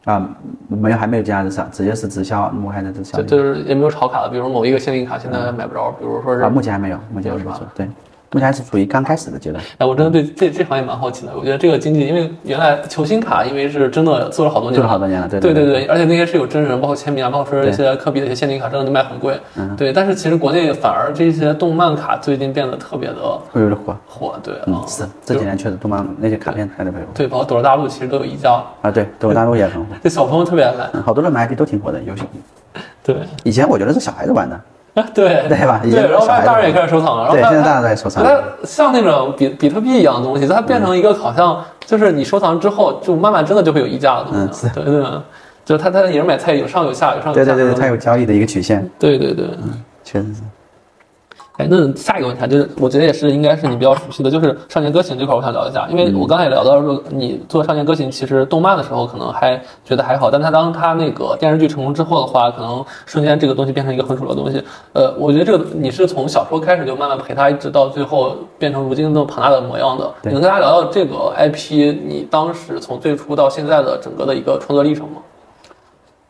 C: 啊，没有还没有进二之上，直接是直销，目前的直销
B: 就。就是也没有炒卡的，比如某一个限定卡现在买不着，比如说是
C: 嗯啊，目前还没有，目前还没有
B: 是
C: 做。对，目前还是处于刚开始的阶段。
B: 哎，我真的对这这行业蛮好奇的。我觉得这个经济，因为原来球星卡，因为是真的做了好多年，
C: 做了好多年了对
B: 对
C: 对
B: 对
C: 对
B: 而且那些是有真人，包括签名啊，包括说一些科比的一些限定卡，真的都卖很贵。
C: 嗯
B: 对，但是其实国内反而这些动漫卡最近变得特别的
C: 会有点火。
B: 火，对，啊
C: 嗯，是这几年确实动漫那些卡片开的特别火。
B: 哦对，包括《斗罗大陆》其实都有溢价，
C: 啊，对，对我大陆也很火，
B: 这小朋友特别爱买，
C: 嗯好多热门 IP 都挺火的，游戏。
B: 对。
C: 以前我觉得是小孩子玩的，
B: 对
C: 对吧以前
B: 对，
C: 都是
B: 然后
C: 小
B: 发现
C: 孩子
B: 大人也开始收藏了，然后
C: 对
B: 发现
C: 现在大人都在收藏
B: 它像那种比比特币一样的东西，它变成一个好像就是你收藏之后，就慢慢真的就会有溢价的东
C: 嗯
B: 西
C: 是
B: 了，对对，对就是它它也是买菜有上有下，有上有
C: 对
B: 下的
C: 对
B: 东西，
C: 对对，它有交易的一个曲线，
B: 对对对。
C: 确实是。
B: 哎，那下一个问题啊，就是我觉得也是应该是你比较熟悉的，就是少年歌行这块，我想聊一下，因为我刚才也聊到说，你做少年歌行其实动漫的时候可能还觉得还好，但它当它那个电视剧成功之后的话，可能瞬间这个东西变成一个很主流的东西。呃，我觉得这个你是从小时候开始就慢慢陪他，一直到最后变成如今那么庞大的模样的。你
C: 对
B: 能跟大家聊聊这个 IP，你当时从最初到现在的整个的一个创作历程吗？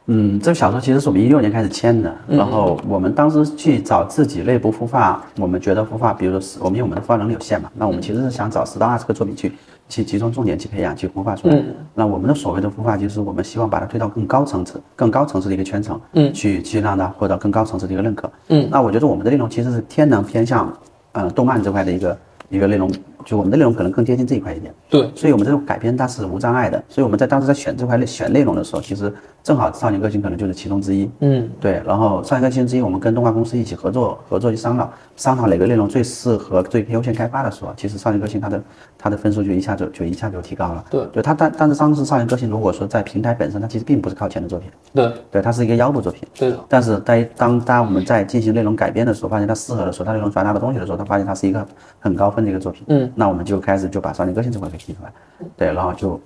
C: 嗯，这个小说其实是我们一六年开始签的，然后我们当时去找自己内部孵化，我们觉得孵化，比如说是我们因为我们的孵化能力有限嘛，那我们其实是想找十到二十个作品去去集中重点去培养去孵化出来。
B: 嗯
C: 那我们的所谓的孵化，就是我们希望把它推到更高层次、更高层次的一个圈层，嗯，去去让它获得更高层次的一个认可。
B: 嗯，
C: 那我觉得我们的内容其实是天然偏向，呃，动漫这块的一个一个内容，就我们的内容可能更贴近这一块一点。
B: 对，
C: 所以我们这种改编它是无障碍的。所以我们在当时在选这块内选内容的时候，其实正好《少年歌行》可能就是其中之一。
B: 嗯，
C: 对。然后《少年歌行》之一，我们跟动画公司一起合作，合作去商量商量哪个内容最适合、最优先开发的时候，其实《少年歌行》它的它的分数就一下就就一下就提高了。
B: 对
C: 就它但但是当时《少年歌行》如果说在平台本身，它其实并不是靠前的作品，
B: 对，
C: 对，它是一个腰部作品。
B: 对的，
C: 但是在当当我们在进行内容改编的时候，发现它适合的时候，它内容传达的东西的时候，它发现它是一个很高分的一个作品。
B: 嗯，
C: 那我们就开始就把少年歌行这块给提出来，对，然后就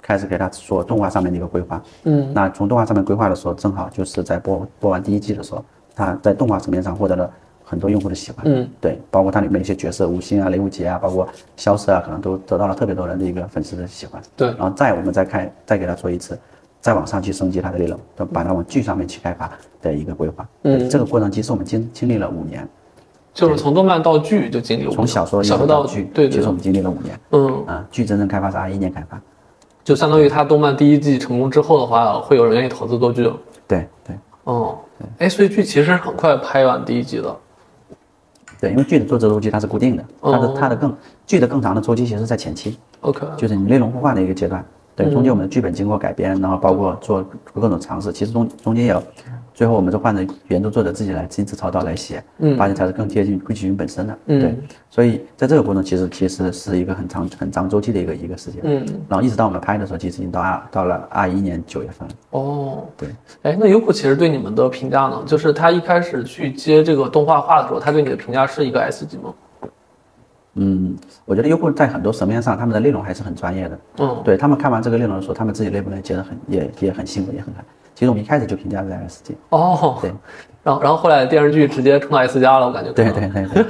C: 开始给它做动画上面的一个规划。
B: 嗯，
C: 那从动画上面规划的时候，正好就是在播播完第一季的时候，它在动画层面上获得了很多用户的喜欢。
B: 嗯，
C: 对，包括它里面一些角色吴昕啊、雷无杰啊，包括萧瑟啊，可能都得到了特别多人的一个粉丝的喜欢。
B: 对
C: 然后再我们再开再给它做一次，再往上去升级它的内容，都把它往剧上面去开发的一个规划。
B: 嗯
C: 这个过程其实我们经经历了五年，
B: 就是从动漫到剧就经历了五
C: 从
B: 年
C: 小说一
B: 小
C: 直
B: 说
C: 到
B: 到
C: 剧，
B: 对
C: 其
B: 对
C: 实我，们经历了五年。
B: 嗯。
C: 啊，剧真正开发是二一年开发，
B: 就相当于它动漫第一季成功之后的话，会有人愿意投资做剧。
C: 对对
B: 嗯，哎，所以剧其实很快拍完第一季的。
C: 对，因为剧的做制作周期它是固定的，它的
B: 哦
C: 它的更剧的更长的周期其实是在前期，
B: OK，
C: 就是你内容孵化的一个
B: 嗯
C: 阶段。对，中间我们的剧本经过改编，然后包括做各种尝试，其实中中间有最后我们就换成原著作者自己来亲自操刀来写，
B: 嗯
C: 发现才是更贴近规矩云本身的，
B: 嗯
C: 对。所以在这个过程其实其实是一个很长很长周期的一个一个事情，
B: 嗯，
C: 然后一直到我们拍的时候，其实已经到二到了二一年九月份了，
B: 哦，
C: 对。
B: 哎，那优酷其实对你们的评价呢？就是他一开始去接这个动画化的时候，他对你的评价是一个 S 级吗？
C: 嗯，我觉得优酷在很多层面上，他们的内容还是很专业的。
B: 嗯，
C: 对他们看完这个内容的时候，他们自己内部人觉得很也也很幸福，也很开。其实我们一开始就评价在 S 级，
B: 哦，
C: 对。
B: 然后，然后后来电视剧直接冲到 S 加了，我感觉可
C: 对
B: 能。
C: 对对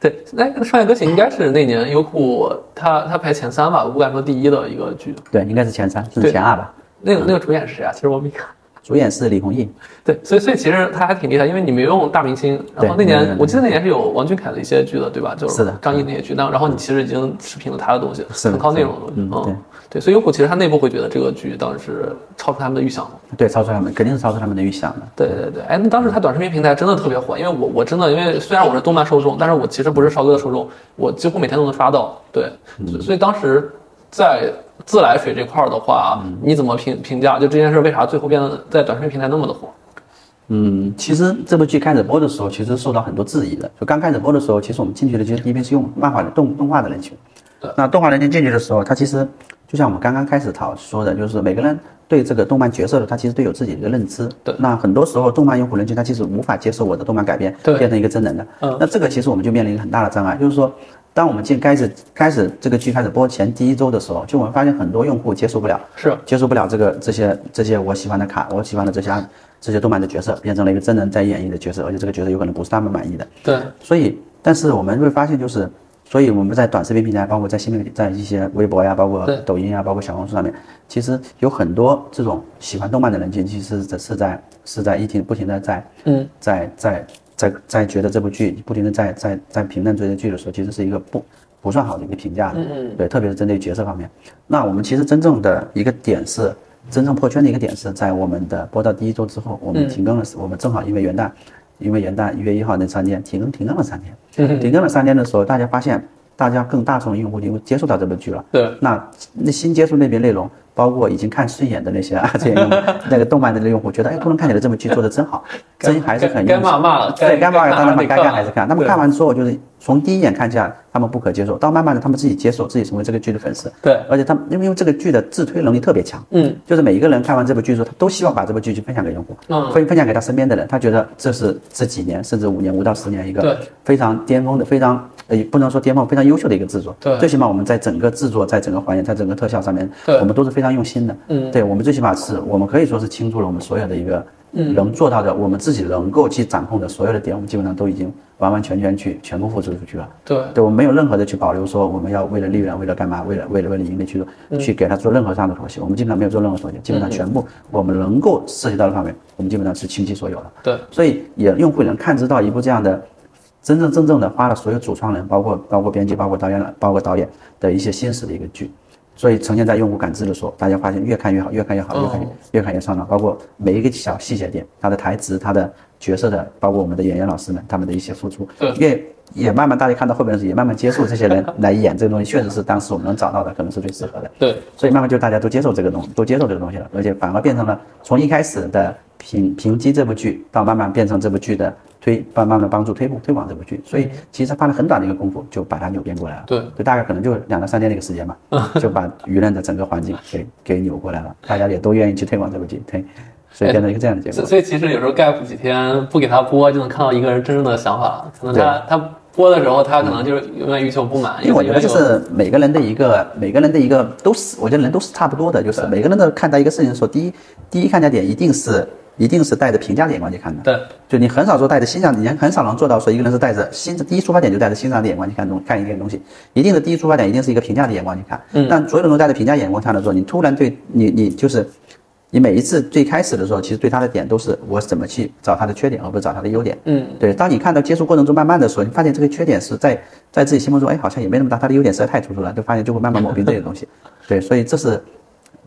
C: 对，
B: 对，那个《创业歌曲》应该是那年优酷它它排前三吧，我不敢说第一的一个剧。
C: 对，应该是前三，甚
B: 对
C: 至前二吧。
B: 那个那个主演是谁啊？其实我没看。
C: 主演是李弘毅，
B: 对，所以所以其实他还挺厉害，因为你没用大明星，然后那
C: 对没有
B: 年
C: 用
B: 我记得那年是有王俊凯的一些剧的，对吧？就是
C: 的
B: 张译那些剧，那然后你其实已经持平了他的东西，
C: 是的
B: 很靠内容
C: 是的
B: 的东西
C: 嗯
B: 对，所以优酷其实他内部会觉得这个剧当时超出他们的预想嘛。
C: 对，超出他们，肯定是超出他们的预想的。
B: 对对对，哎，那当时他短视频平台真的特别火，因为我我真的因为虽然我是动漫受众，但是我其实不是少哥的受众，我几乎每天都能刷到。对，
C: 嗯
B: 所以所以当时在自来水这块儿的话，
C: 嗯
B: 你怎么评评价？就这件事为啥最后变得在短视频平台那么的火？
C: 嗯，其实这部剧开始播的时候，其实受到很多质疑的。就刚开始播的时候，其实我们进去的其实第一遍是用漫画的动动画的人群
B: 对。
C: 那动画人群进去的时候，他其实就像我们刚刚开始讨说的，就是每个人对这个动漫角色的，他其实都有自己的一个认知。
B: 对
C: 那很多时候，动漫用户人群他其实无法接受我的动漫改编
B: 对
C: 变成一个真人的。
B: 嗯
C: 那这个其实我们就面临一个很大的障碍，就是说，当我们进开始开始这个剧开始播前第一周的时候，就我们发现很多用户接受不了。
B: 是
C: 接受不了这个这些这些我喜欢的卡，我喜欢的这些这些动漫的角色，变成了一个真人在演绎的角色，而且这个角色有可能不是他们满意的。
B: 对，
C: 所以，但是我们会发现，就是，所以我们在短视频平台，包括在新媒体，在一些微博呀，包括
B: 对
C: 抖音呀，包括小红书上面，其实有很多这种喜欢动漫的人群，其实是是在是在一停不停的在
B: 嗯，
C: 在在在在觉得这部剧不停的在在在评论这些剧的时候，其实是一个不不算好的一个评价的，
B: 嗯
C: 对，特别是针对角色方面。那我们其实真正的一个点是，真正破圈的一个点是在我们的播到第一周之后，
B: 嗯
C: 我们停更了，我们正好因为元旦，因为元旦一月一号那三天停更停更了三天，
B: 嗯
C: 停更了三天的时候，大家发现大家更大众的用户就接触到这部剧了，
B: 对，
C: 那那新接触那边内容，包括已经看顺眼的那些啊 这些用户，那个动漫的那用户，觉得哎，不能看起来这么剧做的真好，
B: 该
C: 真还是很
B: 该
C: 用
B: 该
C: 心
B: 骂骂了该
C: 对，该骂
B: 该
C: 骂
B: 看
C: 他
B: 还得
C: 们该
B: 看
C: 看还是看。他们
B: 对
C: 看完之后，就是从第一眼看下来，他们不可接受，到慢慢的他们自己接受，自己成为这个剧的粉丝，
B: 对，
C: 而且他们因为因为这个剧的自推能力特别强，
B: 嗯，
C: 就是每一个人看完这部剧之后，他都希望把这部剧去分享给用户，
B: 嗯
C: 分分享给他身边的人，他觉得这是这几年甚至五年五到十年一
B: 对
C: 个非常巅峰的、非常呃也不能说巅峰，非常优秀的一个制作。
B: 对
C: 最起码我们在整个制作、在整个还原、在整个特效上面，
B: 对
C: 我们都是非常用心的。
B: 嗯
C: 对我们最起码是我们可以说是倾注了我们所有的一个
B: 嗯
C: 能做到的，我们自己能够去掌控的所有的点，我们基本上都已经完完全全去全部付出出去了。
B: 对，
C: 对我们没有任何的去保留，说我们要为了利润，为了干嘛，为了为了为了盈利去做，去给他做任何上的妥协，我们基本上没有做任何妥协，基本上全部我们能够涉及到的范围，我们基本上是倾其所有的。
B: 对，
C: 所以也用户也能看知到一部这样的真真正正的花了所有主创人，包括包括编辑、包括导演了、包括导演的一些心思的一个剧。所以呈现在用户感知的时候，大家发现越看越好，越看越好，越看越
B: 哦
C: 越看越上脑。包括每一个小细节点，他的台词、他的角色的，包括我们的演员老师们他们的一些付出
B: 对，
C: 越也慢慢大家看到后边的时候，也慢慢接受这些人来演这个东西，确实是当时我们能找到的，可能是最适合的。
B: 对，
C: 所以慢慢就大家都接受这个东，都接受这个东西了，而且反而变成了从一开始的评评击这部剧，到慢慢变成这部剧的推，慢慢的帮助推广推广这部剧。所以其实他花了很短的一个功夫就把它扭变过来了。
B: 对
C: 就大概可能就两到三天的一个时间吧，就把舆论的整个环境给给扭过来了，大家也都愿意去推广这部剧，推，所以变成一个这样的结
B: 所
C: 果。
B: 所以其实有时候 gap 几天不给他播，就能看到一个人真正的想法了。可能他他播的时候，他可能就是永远欲求不满，
C: 因为我觉得
B: 永远
C: 就
B: 有
C: 是每个人的一个每个人的一个都是，我觉得人都是差不多的，就是每个人的看待一个事情的时候，第一第一看待点一定是一定是带着评价的眼光去看的，
B: 对
C: 就你很少说带着欣赏，你很少能做到说一个人是带着欣第一出发点就带着欣赏的眼光去看东看一件东西，一定的第一出发点一定是一个评价的眼光去看。
B: 嗯
C: 但所有人都带着评价眼光看的时候，你突然对你你就是，你每一次最开始的时候，其实对他的点都是我怎么去找他的缺点，而不是找他的优点。
B: 嗯
C: 对。当你看到接触过程中慢慢的时候，你发现这个缺点是在在自己心目中，哎，好像也没那么大，他的优点实在太突出了，就发现就会慢慢抹平这些东西。对，所以这是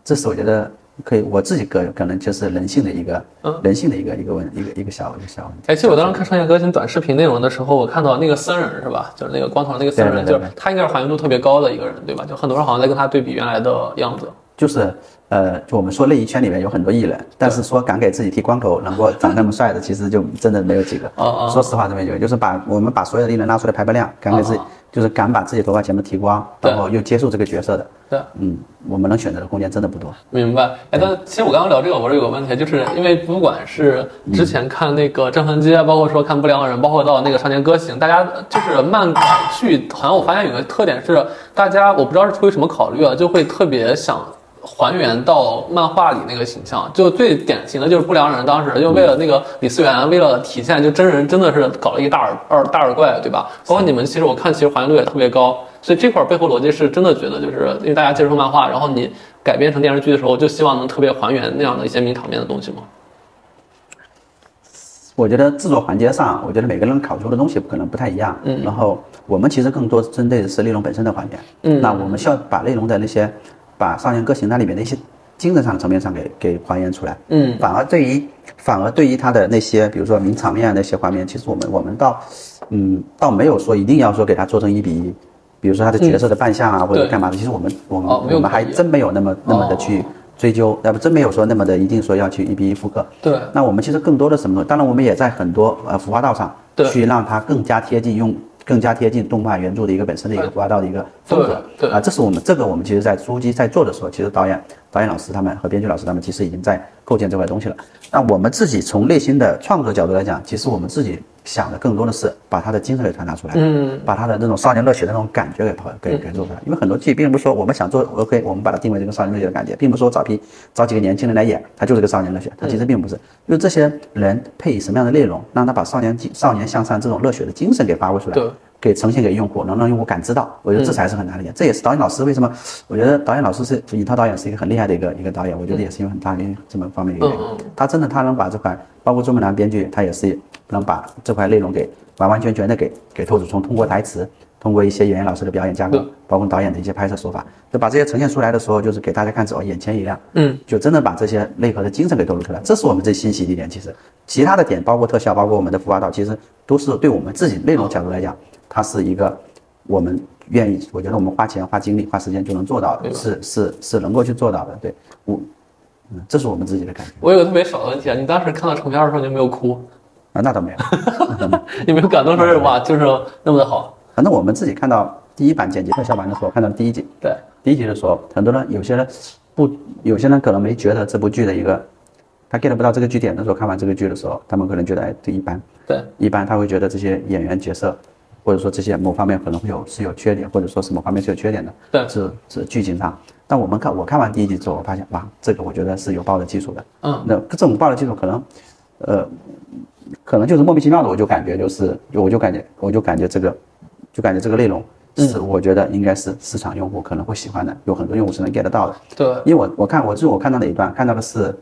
C: 这是我觉得可以，我自己个人可能就是人性的一个、
B: 嗯
C: 人性的一个一个问一个一个小一个小问题。
B: 哎，其实我当时看创业歌星短视频内容的时候，我看到那个僧人是吧？就是那个光头那个僧人，
C: 对对对
B: 就是他应该是还原度特别高的一个人，对吧？就很多人好像在跟他对比原来的样子。
C: 就是呃，就我们说内娱圈里面有很多艺人，但是说敢给自己剃光头，能够长那么帅的，其实就真的没有几个。
B: 哦哦
C: 说实话，这么有，就是把我们把所有的艺人拉出来排排量，敢给自己
B: 哦哦
C: 就是敢把自己头发全部剃光，
B: 对
C: 然后又接受这个角色的，
B: 对。
C: 嗯，我们能选择的空间真的不多。
B: 明白，哎，但其实我刚刚聊这个，我是有个问题，就是因为不管是之前看那个《镇魂街》，啊包括说看《不良的人》，包括到那个《少年歌行》，大家就是漫改剧，好像我发现有个特点是，大家我不知道是出于什么考虑啊，就会特别想还原到漫画里那个形象。就最典型的就是《不良人》，当时就为了那个李思源，为了体现就真人真的是搞了一个大耳二大耳怪，对吧？包括你们其实我看其实还原度也特别高。所以这块儿背后逻辑是真的觉得，就是因为大家接触漫画，然后你改编成电视剧的时候，就希望能特别还原那样的一些名场面的东西吗？
C: 我觉得制作环节上，我觉得每个人考究的东西可能不太一样。嗯，然后我们其实更多针对的是内容本身的还原。
B: 嗯
C: 那我们需要把内容的那些，把《少年歌行》那里面的一些精神上的层面上给给还原出来。
B: 嗯
C: 反而对于反而对于他的那些，比如说名场面啊那些画面，其实我们我们倒，嗯，倒没有说一定要说给他做成一比一，比如说他的角色的扮相啊、或者
B: 嗯对
C: 干嘛的，其实我们我们、
B: 哦没有
C: 我们还
B: 刻意
C: 真没有那么那么
B: 哦
C: 的去追究，要不真没有说那么的一定说要去一比一复刻。
B: 对
C: 那我们其实更多的什么？当然，我们也在很多呃服化道上
B: 对
C: 去让它更加贴近用。更加贴近动漫原著的一个本身的一个服化道的一个风格，
B: 对对
C: 啊，这是我们这个我们其实在书籍在做的时候，其实导演导演老师他们和编剧老师他们其实已经在构建这块东西了。那我们自己从内心的创作角度来讲，其实我们自己想的更多的是把他的精神给传达出来，
B: 嗯，
C: 把他的那种少年热血的那种感觉给跑给给做出来。因为很多剧并不是说我们想做 OK，我们把它定位这个少年热血的感觉，并不是
B: 嗯
C: 说找批找几个年轻人来演，他就是个少年热血，他其实并不是。因为这些人配以什么样的内容，让他把少年精少年向上这种热血的精神给发挥出来。
B: 对嗯
C: 给呈现给用户，能让用户感知到，我觉得这才是很难的一点。这也是导演老师为什么，我觉得导演老师是尹涛导演是一个很厉害的一个一个导演，我觉得也是因为很大原因这么方面的一个原因
B: 嗯嗯。
C: 他真的他能把这块，包括钟明南编剧，他也是能把这块内容给完完全全的给给透出，从通过台词，通过一些演员老师的表演架构
B: 对，
C: 包括导演的一些拍摄手法，就把这些呈现出来的时候，就是给大家看之后眼前一亮，
B: 嗯，
C: 就真的把这些内核的精神给透露出来，这是我们最欣喜的一点。其实其他的点，包括特效，包括我们的孵化道，其实都是对我们自己内容角度来讲，它是一个我们愿意，我觉得我们花钱、花精力、花时间就能做到
B: 对
C: 的，
B: 吧
C: 是是是能够去做到的。对我，嗯，这是我们自己的感觉
B: 我有个特别小的问题啊，你当时看到成片的时候，你有没有哭？
C: 啊，那倒没有。
B: 有没有感动说是哇，就是那么的好？
C: 反正我们自己看到第一版剪辑特效版的时候，看到第一集，
B: 对，
C: 第一集的时候，很多人有些人不，有些人可能没觉得这部剧的一个，他 get 不到这个剧点的时候，看完这个剧的时候，他们可能觉得哎，这一般。
B: 对，
C: 一般他会觉得这些演员角色，或者说这些某方面可能会有是有缺点，或者说是某方面是有缺点的，
B: 对
C: 是是剧情上。但我们看我看完第一集之后，我发现哇，这个我觉得是有爆的基础的。
B: 嗯，
C: 那这种爆的基础可能，呃，可能就是莫名其妙的，我就感觉就是，我就感觉我就感觉这个，就感觉这个内容是
B: 嗯
C: 我觉得应该是市场用户可能会喜欢的，有很多用户是能 get 得到的。
B: 嗯对，
C: 因为我我看我就是我看到哪一段，看到的是，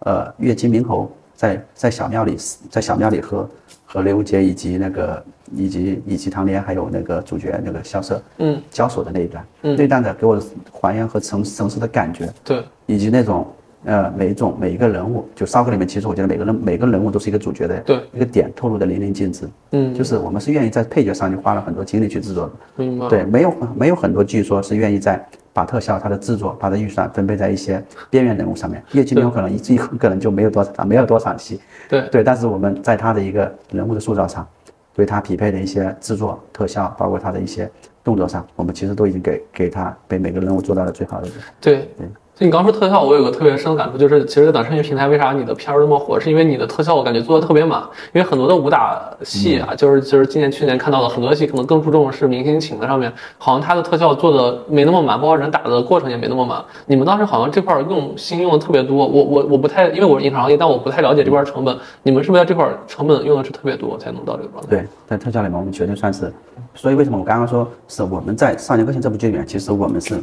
C: 呃，月经明侯在在小庙里在小庙里和和刘杰以及那个以及以及唐莲还有那个主角那个萧瑟
B: 嗯，
C: 交手的那一段，
B: 嗯
C: 那一段的给我还原和城城市的感觉，
B: 对，
C: 以及那种呃每一种每一个人物，就骚客里面，其实我觉得每个人每个人物都是一个主角的
B: 对
C: 一个点透露的淋漓尽致，
B: 嗯
C: 就是我们是愿意在配角上就花了很多精力去制作的，
B: 明白。
C: 对，没有没有很多剧说是愿意在把特效、它的制作、它的预算分配在一些边缘人物上面。叶金有可能一一可能就没有多少没有多少戏，
B: 对
C: 对，但是我们在他的一个人物的塑造上，对他匹配的一些制作、特效，包括他的一些动作上，我们其实都已经给给他被每个人物做到了最好的一个。
B: 对，所以你刚说特效，我有个特别深的感触，就是其实短视频平台为啥你的片儿那么火，是因为你的特效我感觉做的特别满，因为很多的武打戏啊，就是就是今年去年看到的很多戏，可能更注重是明星请的上面，好像它的特效做的没那么满，包括人打的过程也没那么满。你们当时好像这块儿用心用的特别多，我我我不太，因为我是影视行业，但我不太了解这块儿成本，你们是不是在这块儿成本用的是特别多，才能到这个状态？
C: 对，在特效里面，我们绝对算是，所以为什么我刚刚说是我们在《少年歌行》这部剧里面，其实我们是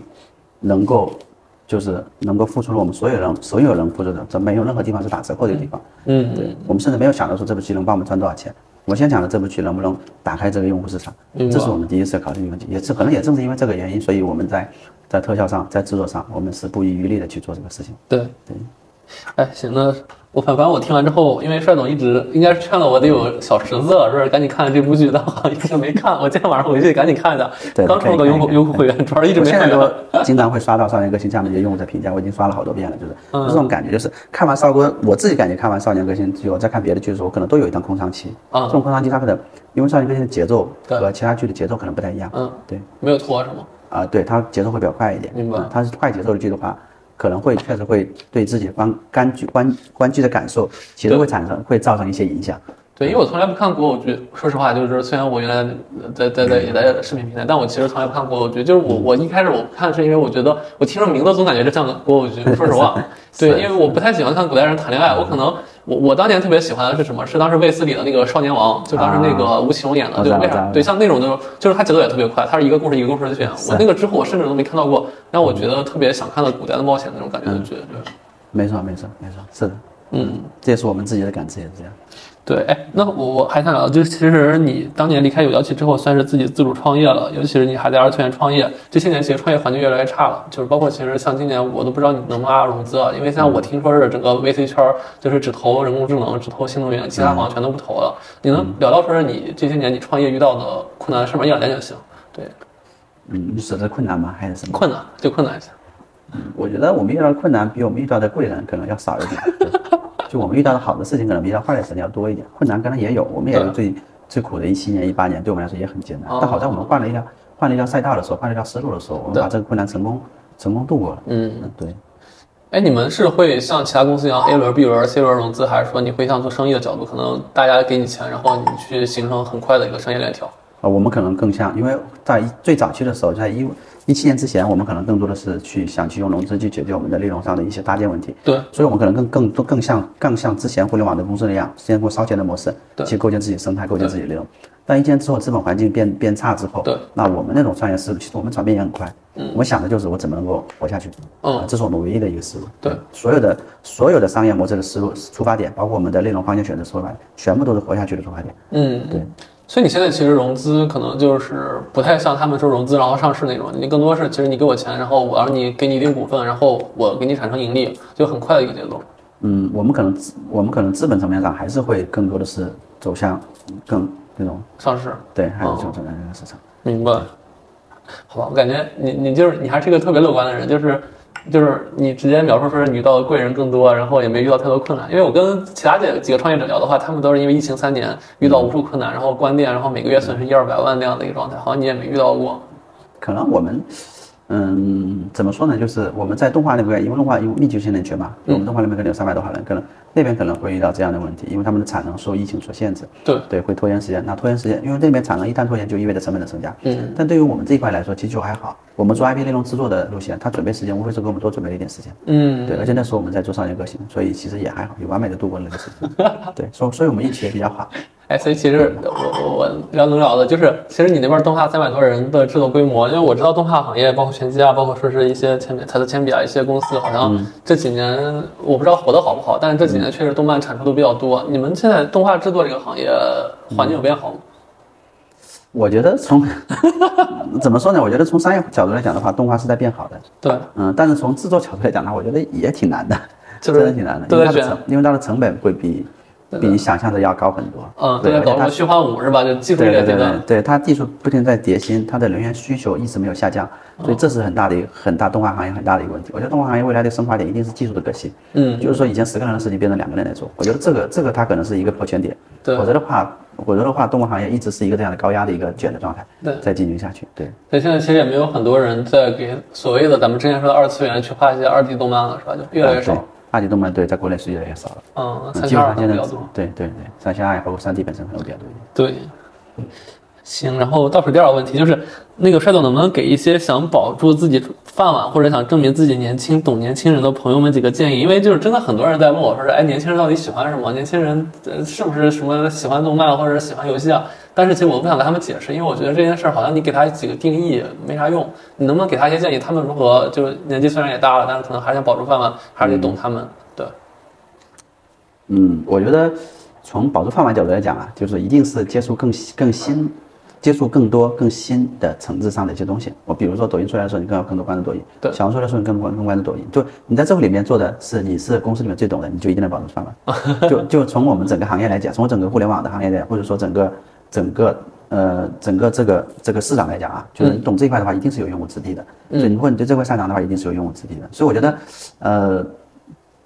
C: 能够，就是能够付出了我们所有人所有人付出的，这没有任何地方是打折扣的地方。
B: 嗯，
C: 对，我们甚至没有想到说这部剧能帮我们赚多少钱。我先想着这部剧能不能打开这个用户市场，
B: 明白
C: 这是我们第一次考虑的问题，也是可能也正是因为这个原因，所以我们在在特效上、在制作上，我们是不遗余力的去做这个事情。
B: 对，哎，行，那我反反正我听完之后，因为帅总一直应该是劝了我得有小十次了，说是赶紧看看这部剧，但 我好像一直没看。我今天晚上回去赶紧看一下
C: 对，
B: 刚充了
C: 可
B: 个
C: 以
B: 优
C: 看一
B: 酷
C: 看
B: 优酷会员，主要是一直
C: 我
B: 没
C: 现在
B: 看到。
C: 都经常会刷到上一个星下面的用户在评价，我已经刷了好多遍了，就是
B: 嗯
C: 这种感觉，就是看完少哥，我自己感觉看完《少年歌星》之后，再看别的剧的时候，我可能都有一段空窗期。
B: 嗯
C: 这种空窗期它可能因为《少年歌星》的节奏
B: 对
C: 和其他剧的节奏可能不太一样。
B: 嗯，
C: 对，
B: 没有拖是吗？
C: 啊、对，它节奏会比较快一点。
B: 明白
C: 嗯它是快节奏的剧的话，可能会确实会对自己观观剧观观剧的感受，其实
B: 对
C: 会产生会造成一些影响。
B: 对，因为我从来不看国偶剧。说实话，就是虽然我原来在在在也在视频平台，但我其实从来不看国偶剧。就是
C: 嗯
B: 我我一开始我不看是因为我觉得我听着名字总感觉这像个国偶剧。说实 话，对，因为我不太喜欢看古代人谈恋爱。我可能我我当年特别喜欢的是什么？是当时卫斯理的那个《少年王》，就当时那个
C: 啊
B: 吴奇隆演的。
C: 我
B: 对
C: 知，道
B: 为
C: 我知
B: 啥
C: 道？
B: 对，像那种就是就是它节奏也特别快，它是一个故事一个故事的选。我那个之后我甚至都没看到过，让
C: 嗯
B: 我觉得特别想看的古代的冒险那种感觉的剧。对
C: 没错，没错，没错，是的，
B: 嗯。
C: 这也是我们自己的感知，也是这样。
B: 对，哎，那我我还想聊，就是其实你当年离开有聊企之后，算是自己自主创业了，尤其是你还在二次元创业，这些年其实创业环境越来越差了，就是包括其实像今年我都不知道你能不能拉融资啊，因为像我听说是整个 VC 圈儿就是只投人工智能，只投新能源，其他好像全都不投了。你能聊聊说是你这些年你创业遇到的困难，是不是一两点就行？对，
C: 嗯，你指的困难吗？还是什么？
B: 困难就困难一下。
C: 我觉得我们遇到的困难比我们遇到的贵人可能要少一 点，对就我们遇到的好的事情可能比遇到坏的事情要多一点。困难可能也有，我们也有
B: 对
C: 最最苦的一七年、一八年，对我们来说也很艰难
B: 哦。
C: 但好在我们换了一条换了一条赛道的时候，换了一条思路的时候，我们
B: 对
C: 把这个困难成功成功度过了。
B: 嗯，
C: 嗯，对。
B: 哎，你们是会像其他公司一样 A 轮、B 轮、C 轮融资，还是说你会像做生意的角度，可能大家给你钱，然后你去形成很快的一个商业链条？
C: 呃，我们可能更像，因为在一最早期的时候，在一一七年之前，我们可能更多的是去想去用融资去解决我们的内容上的一些搭建问题。
B: 对，
C: 所以我们可能更更多更像更像之前互联网的公司那样，先过烧钱的模式，
B: 对
C: 去构建自己生态，构建
B: 对
C: 自己内容。但一年之后，资本环境变变差之后，
B: 对
C: 那我们那种创业思路，其实我们转变也很快。
B: 嗯
C: 我们想的就是我怎么能够活下去，
B: 嗯
C: 啊这是我们唯一的一个思路。
B: 对，
C: 所有的所有的商业模式的思路出发点，包括我们的内容方向选择出发点，全部都是活下去的出发点。
B: 嗯，
C: 对。
B: 所以你现在其实融资可能就是不太像他们说融资然后上市那种，你更多是其实你给我钱，然后我让你给你一定股份，然后我给你产生盈利，就很快的一个节奏。
C: 嗯，我们可能资我们可能资本层面上还是会更多的是走向更那种
B: 上市，
C: 对，还是
B: 哦
C: 走向那个市场。
B: 明白。好吧，我感觉你你就是你还是一个特别乐观的人，就是就是你直接描述说是你遇到的贵人更多，然后也没遇到太多困难。因为我跟其他几几个创业者聊的话，他们都是因为疫情三年遇到无数困难，然后关店，然后每个月损失一二百万那样的一个状态，好像你也没遇到过。
C: 可能我们，嗯，怎么说呢？就是我们在动画那边，因为动画有密集型人群嘛，
B: 嗯
C: 我们动画那边可能有三百多号人，可能那边可能会遇到这样的问题，因为他们的产能受疫情所限制，
B: 对，
C: 对，会拖延时间。那拖延时间，因为那边产能一旦拖延，就意味着成本的增加。
B: 嗯，
C: 但对于我们这一块来说，其实就还好。我们做 IP 内容制作的路线，它准备时间无非是给我们多准备了一点时间。
B: 嗯，
C: 对，而且那时候我们在做商业个性，所以其实也还好，也完美的度过了那个时 间。对，所以所以我们运气也比较好。
B: 哎，所以其实我我我聊能聊的就是，其实你那边动画三百多人的制作规模，因为我知道动画行业，包括拳击啊，包括说是一些铅笔、彩色铅笔啊，一些公司好像
C: 嗯
B: 这几年我不知道火的好不好，但是这几年确实动漫产出的比较多。你们现在动画制作这个行业
C: 嗯
B: 环境有变好吗？
C: 我觉得从 怎么说呢？我觉得从商业角度来讲的话，动画是在变好的。
B: 对，
C: 嗯，但是从制作角度来讲呢，我觉得也挺难的，
B: 就是
C: 真的挺难的，
B: 都
C: 因为
B: 在
C: 它的
B: 卷
C: 成，因为它的成本会比比你想象的要高很多。
B: 嗯，都
C: 对，
B: 在
C: 而且
B: 搞什
C: 它
B: 么虚幻五是吧？就技术
C: 对
B: 这个
C: 对
B: 阶
C: 对
B: 段
C: 对，，对它技术不停地在迭新，它的人员需求一直没有下降，
B: 嗯
C: 所以这是很大的一个很大动画行业很大的一个问题。我觉得动画行业未来的升华点一定是技术的革新，
B: 嗯，
C: 就是说以前十个人的事情变成两个人来做，我觉得这个这个它可能是一个破圈点。
B: 对
C: 否则的话，否则的话，动画行业一直是一个这样的高压的一个卷的状态，
B: 对
C: 再进行下去，对。
B: 所以现在其实也没有很多人在给所谓的咱们之前说的二次元去画一些二 D 动漫了，是吧？就越来越
C: 啊
B: 少
C: 对。二级动漫对，在国内是越来越少了。
B: 嗯，
C: 嗯
B: 三
C: 基
B: 千二
C: 本上
B: 可能
C: 现在
B: 比较多。
C: 对对对，三线爱包括三 D 本身可能比较多一点。
B: 对，行，然后倒数第二个问题就是，那个帅总能不能给一些想保住自己饭碗或者想证明自己年轻、懂年轻人的朋友们几个建议？因为就是真的很多人在问我说是，哎，年轻人到底喜欢什么？年轻人呃是不是什么喜欢动漫或者喜欢游戏啊？但是其实我不想跟他们解释，因为我觉得这件事儿好像你给他几个定义没啥用。你能不能给他一些建议？他们如何就是年纪虽然也大了，但是可能还是想保住饭碗，还是得懂他们。对，
C: 嗯，我觉得从保住饭碗角度来讲啊，就是一定是接触更新更新接触更多更新的层次上的一些东西。我比如说抖音出来的时候，你更要更多关注抖音；
B: 对
C: 小红书出来的时候，你更关更关注抖音。就你在这个里面做的是，你是公司里面最懂的，你就一定能保证饭碗。就就从我们整个行业来讲，从整个互联网的行业来讲，或者说整个整个呃整个这个这个市场来讲啊，就是你懂这一块的话，一定是有用武之地的。所以如果你对这块擅长的话，一定是有用武之地的。所以我觉得，呃。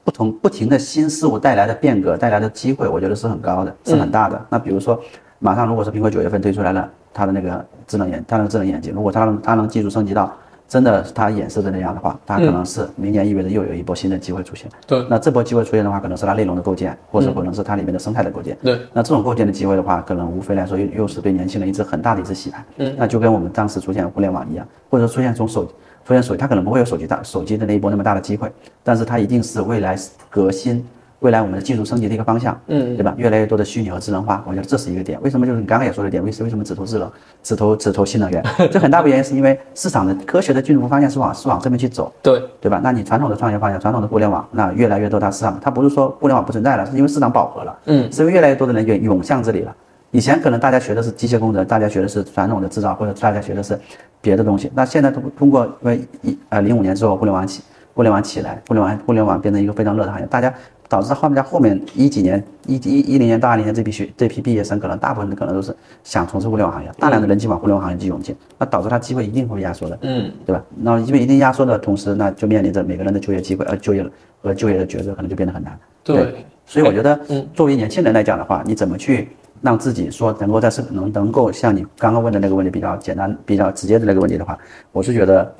C: 不同不停的新事物带来的变革带来的机会，我觉得是很高的，是很大的。那比如说，马上如果是苹果九月份推出来了它的那个智能眼，它的智能眼镜，如果它能它能技术升级到真的它演示的那样的话，它可能是明年意味着又有一波新的机会出现。
B: 对
C: 那这波机会出现的话，可能是它内容的构建，或者可能是它里面的生态的构建。
B: 对
C: 那这种构建的机会的话，可能无非来说又又是对年轻人一次很大的一次洗牌。嗯，那就跟我们当时出现互联网一样，或者出现从手出现手机，它可能不会有手机大手机的那一波那么大的机会，但是它一定是未来革新。未来我们的技术升级的一个方向，嗯，对吧？越来越多的虚拟和智能化，我觉得这是一个点。为什么就是你刚刚也说了一点，为为什么只投智能，只投只投新能源？这很大部分原因是因为市场的科学的进步方向是往是往这边去走，
B: 对
C: 对吧？那你传统的创业方向，传统的互联网，那越来越多大市场，它不是说互联网不存在了，是因为市场饱和了，嗯，是因为越来越多的人涌涌向这里了。以前可能大家学的是机械工程，大家学的是传统的制造，或者大家学的是别的东西。那现在通通过因为一呃零五年之后互联网起，互联网起来，互联网互联网变成一个非常热的行业，大家导致后面在后面一几年一一一零年到二零年这批学这批毕业生，可能大部分可能都是想从事互联网行业，大量的人就往互联网行业去涌进，那导致它机会一定会压缩的，嗯，对吧？那因为一定压缩的同时，那就面临着每个人的就业机会呃就业和就业的抉择可能就变得很难，
B: 对，
C: 所以我觉得，作为年轻人来讲的话，你怎么去让自己说能够在是能能够像你刚刚问的那个问题比较简单、比较直接的那个问题的话，我是觉得，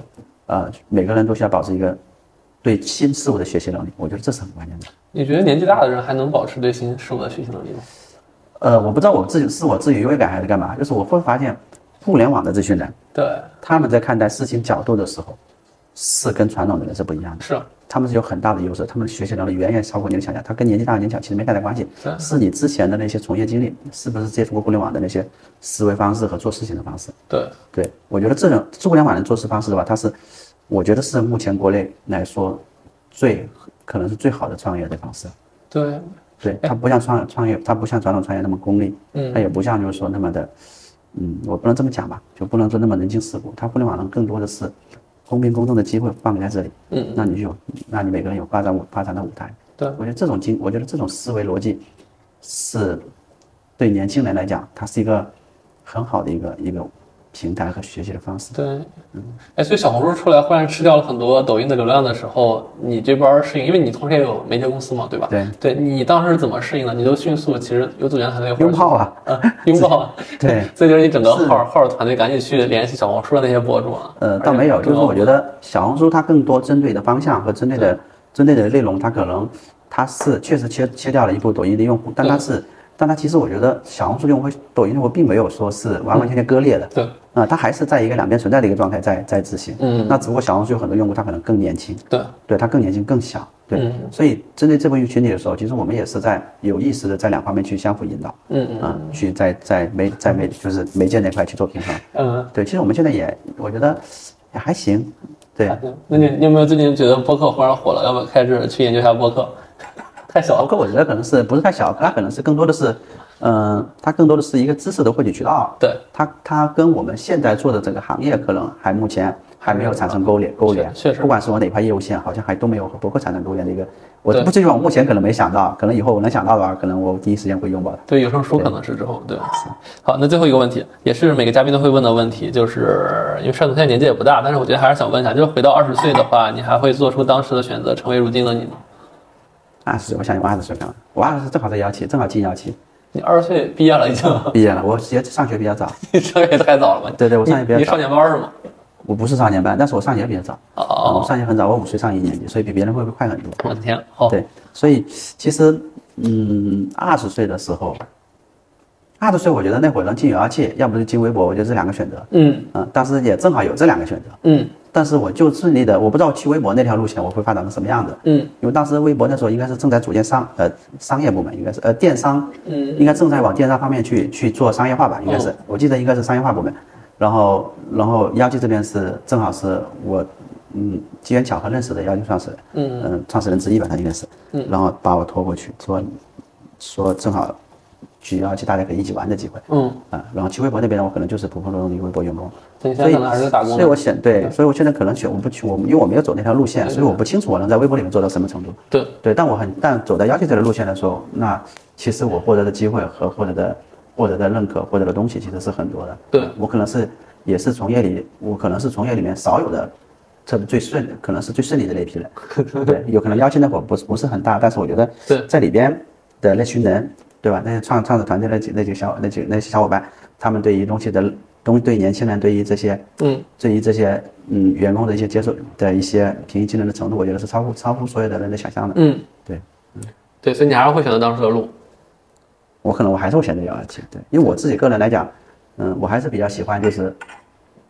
C: 呃，每个人都需要保持一个对新事物的学习能力，我觉得这是很关键的。
B: 你觉得年纪大的人还能保持对新事物的学习能力吗？
C: 呃，我不知道我自己是我自己优越感还是干嘛，就是我会发现，互联网的这群人，
B: 对，
C: 他们在看待事情角度的时候，是跟传统的人是不一样的。
B: 是啊
C: 他们是有很大的优势，他们的学习能力远远超过你的想象。他跟年纪大、年纪小其实没太大关系
B: 对，
C: 是啊你之前的那些从业经历，是不是接触过互联网的那些思维方式和做事情的方式？
B: 对，
C: 对我觉得这种互联网的做事方式的话，它是，我觉得是目前国内来说最可能是最好的创业的方式。
B: 对，
C: 对，它不像创创业，它不像传统创业那么功利，哎嗯，它也不像就是说那么的，嗯，我不能这么讲吧，就不能说那么人情世故。它互联网上更多的是公平公正的机会放在这里，嗯，那你就有，那你每个人有发展舞发展的舞台。
B: 对
C: 我觉得这种经，我觉得这种思维逻辑是对年轻人来讲，它是一个很好的一个一个平台和学习的方式。
B: 对，哎，所以小红书出来忽然吃掉了很多抖音的流量的时候，你这边儿适应，因为你同时也有媒介公司嘛，对吧？
C: 对，
B: 对你当时是怎么适应的？你就迅速，其实有组员团队或者
C: 拥抱啊，
B: 啊， 拥抱啊，
C: 对，
B: 所以就是你整个
C: 是
B: 号号团队赶紧去联系小红书的那些博主啊。
C: 呃，倒没有，就是我觉
B: 得
C: 得小红书它更多针对的方向和针对的针对的内容，它可能它是确实切切掉了一部抖音的用户，但它是，但它其实我觉得小红书用户和抖音用户并没有说是完完全全割裂的，
B: 对
C: 啊、它还是在一个两边存在的一个状态在在执行，嗯，那只不过小红书有很多用户他可能更年轻，
B: 对嗯
C: 对他更年轻更小，对，所以针对这部分群体的时候，其实我们也是在有意识的在两方面去相互引导，嗯嗯，啊、去在在媒在媒就是媒介那块去做平衡，
B: 嗯，
C: 对，其实我们现在也，我觉得也还行。对，
B: 那你你有没有最近觉得播客忽然火了？要不要开始去研究一下播客？ 太小
C: 包
B: 了，
C: 括我觉得可能是不是太小，它可能是更多的是，嗯、它更多的是一个知识的获取渠道。
B: 对，
C: 它它跟我们现在做的整个行业可能还目前还没有产生勾连勾连。
B: 确实
C: 不管是我哪块业务线，好像还都没有和博客产生勾连的一个。我不至于，我目前可能没想到，可能以后我能想到的话，可能我第一时间会拥抱它。
B: 对，有声书可能是之后，对。好，那最后一个问题，也是每个嘉宾都会问的问题，就是因为帅总现在年纪也不大，但是我觉得还是想问一下，就是回到二十岁的话，你还会做出当时的选择，成为如今的你吗？
C: 二十岁，我想我二十岁干嘛？我二十岁正好在幺七，正好进幺七，
B: 你二十岁毕业了已经，
C: 毕业了，我直接上学比较早。
B: 你上学太早了吧？
C: 对对我上学比较
B: 你你
C: 早
B: 少年班是吗？
C: 我不是少年班，但是我上学比较早。
B: 哦
C: 我上学很早，我五岁上一年级，所以比别人会快很多。
B: 我的天，哦好，
C: 对，所以其实，嗯，二十岁的时候，二十岁我觉得那会儿能进有妖气，要不就进微博，我觉得这两个选择，
B: 嗯
C: 嗯，当时也正好有这两个选择，
B: 嗯
C: 但是我就顺利的，我不知道去微博那条路线我会发展成什么样子，
B: 嗯，
C: 因为当时微博那时候应该是正在组建商呃商业部门，应该是呃电商，嗯，应该正在往电商方面去去做商业化吧，应该是、
B: 哦
C: 我记得应该是商业化部门，然后然后幺七这边是正好是我嗯机缘巧合认识的幺七创始人，嗯、创始人之一吧，他应该是，嗯，然后把我拖过去说说正好去幺幺七大家可以一起玩的机会
B: 嗯，
C: 啊。然后去微博那边呢，我可能就是普普通通的一个微博员工，
B: 所以现
C: 所
B: 在
C: 以
B: 可能还是打工
C: 所以我
B: 的。嗯
C: 选对，所以我现在可能选我不去，我因为我没有走那条路线，所以我不清楚我能在微博里面做到什么程度。
B: 对，
C: 对，但我很但走在幺七这条路线的时候，那其实我获得的机会和获得的获得的认可、获得的东西其实是很多的。
B: 对
C: 我可能是也是从业里，我可能是从业里面少有的。特别最顺的，可能是最顺利的 那批人，对，有可能幺七那会儿不是不是很大，但是我觉得
B: 对
C: 在里边的那群人，对吧？那些创创始团队那几那几小那几那些小伙伴，他们对于东西的东对年轻人对于这些
B: 嗯，
C: 对于这些嗯员工的一些接受的一些平易近人的程度，我觉得是超乎超乎所有的人的想象的。
B: 嗯，
C: 对，
B: 对，所以你还是会选择当时的路。
C: 我可能我还是会选择幺二七，对，因为我自己个人来讲，嗯，我还是比较喜欢就是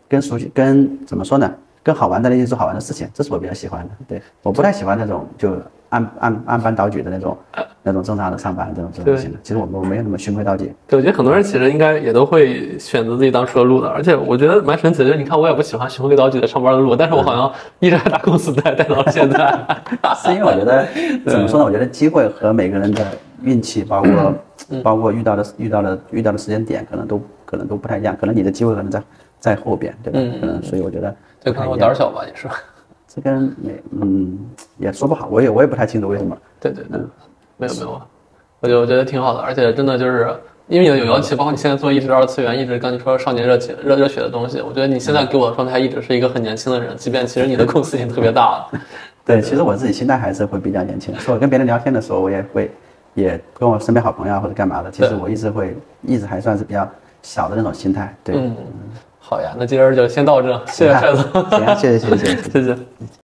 C: 跟熟悉跟怎么说呢，跟好玩的那些做好玩的事情，这是我比较喜欢的。对，我不太喜欢那种就按按按班倒举的那种那种正常的上班这种这种
B: 对
C: 型的。其实我们我没有那么循规 蹈矩。
B: 对，我觉得很多人其实应该也都会选择自己当时的路的，而且我觉得蛮神奇的，就是你看我也不喜欢循规蹈矩的上班的路，但是我好像一直在大公司待待到了现在。
C: 是因为我觉得怎么说呢？我觉得机会和每个人的运气，包括、
B: 嗯
C: 包括遇到的遇到的遇到的时间点，可能都可能都不太一样。可能你的机会可能在在后边，对吧？
B: 嗯
C: 可能所以我觉得
B: 对，可
C: 不太
B: 能我
C: 一
B: 胆儿
C: 样。
B: 小吧，也是。
C: 这跟没嗯也说不好，我也我也不太清楚为什么。
B: 对对对，没有没有，我觉得我觉得挺好的，而且真的就是因为有有起，包括你现在做一直二次元，一直跟你说少年热情热热血的东西，我觉得你现在给我的状态一直是一个很年轻的人，即便其实你的公司已经特别大 了。
C: 对，其实我自己心态还是会比较年轻的。所以我跟别人聊天的时候，我也会也跟我身边好朋友啊或者干嘛的，其实
B: 对
C: 我一直会一直还算是比较小的那种心态。对，啊
B: 嗯，好呀，那今儿就先到这，谢谢帅总，
C: 行，谢谢谢谢谢谢。
B: 谢谢。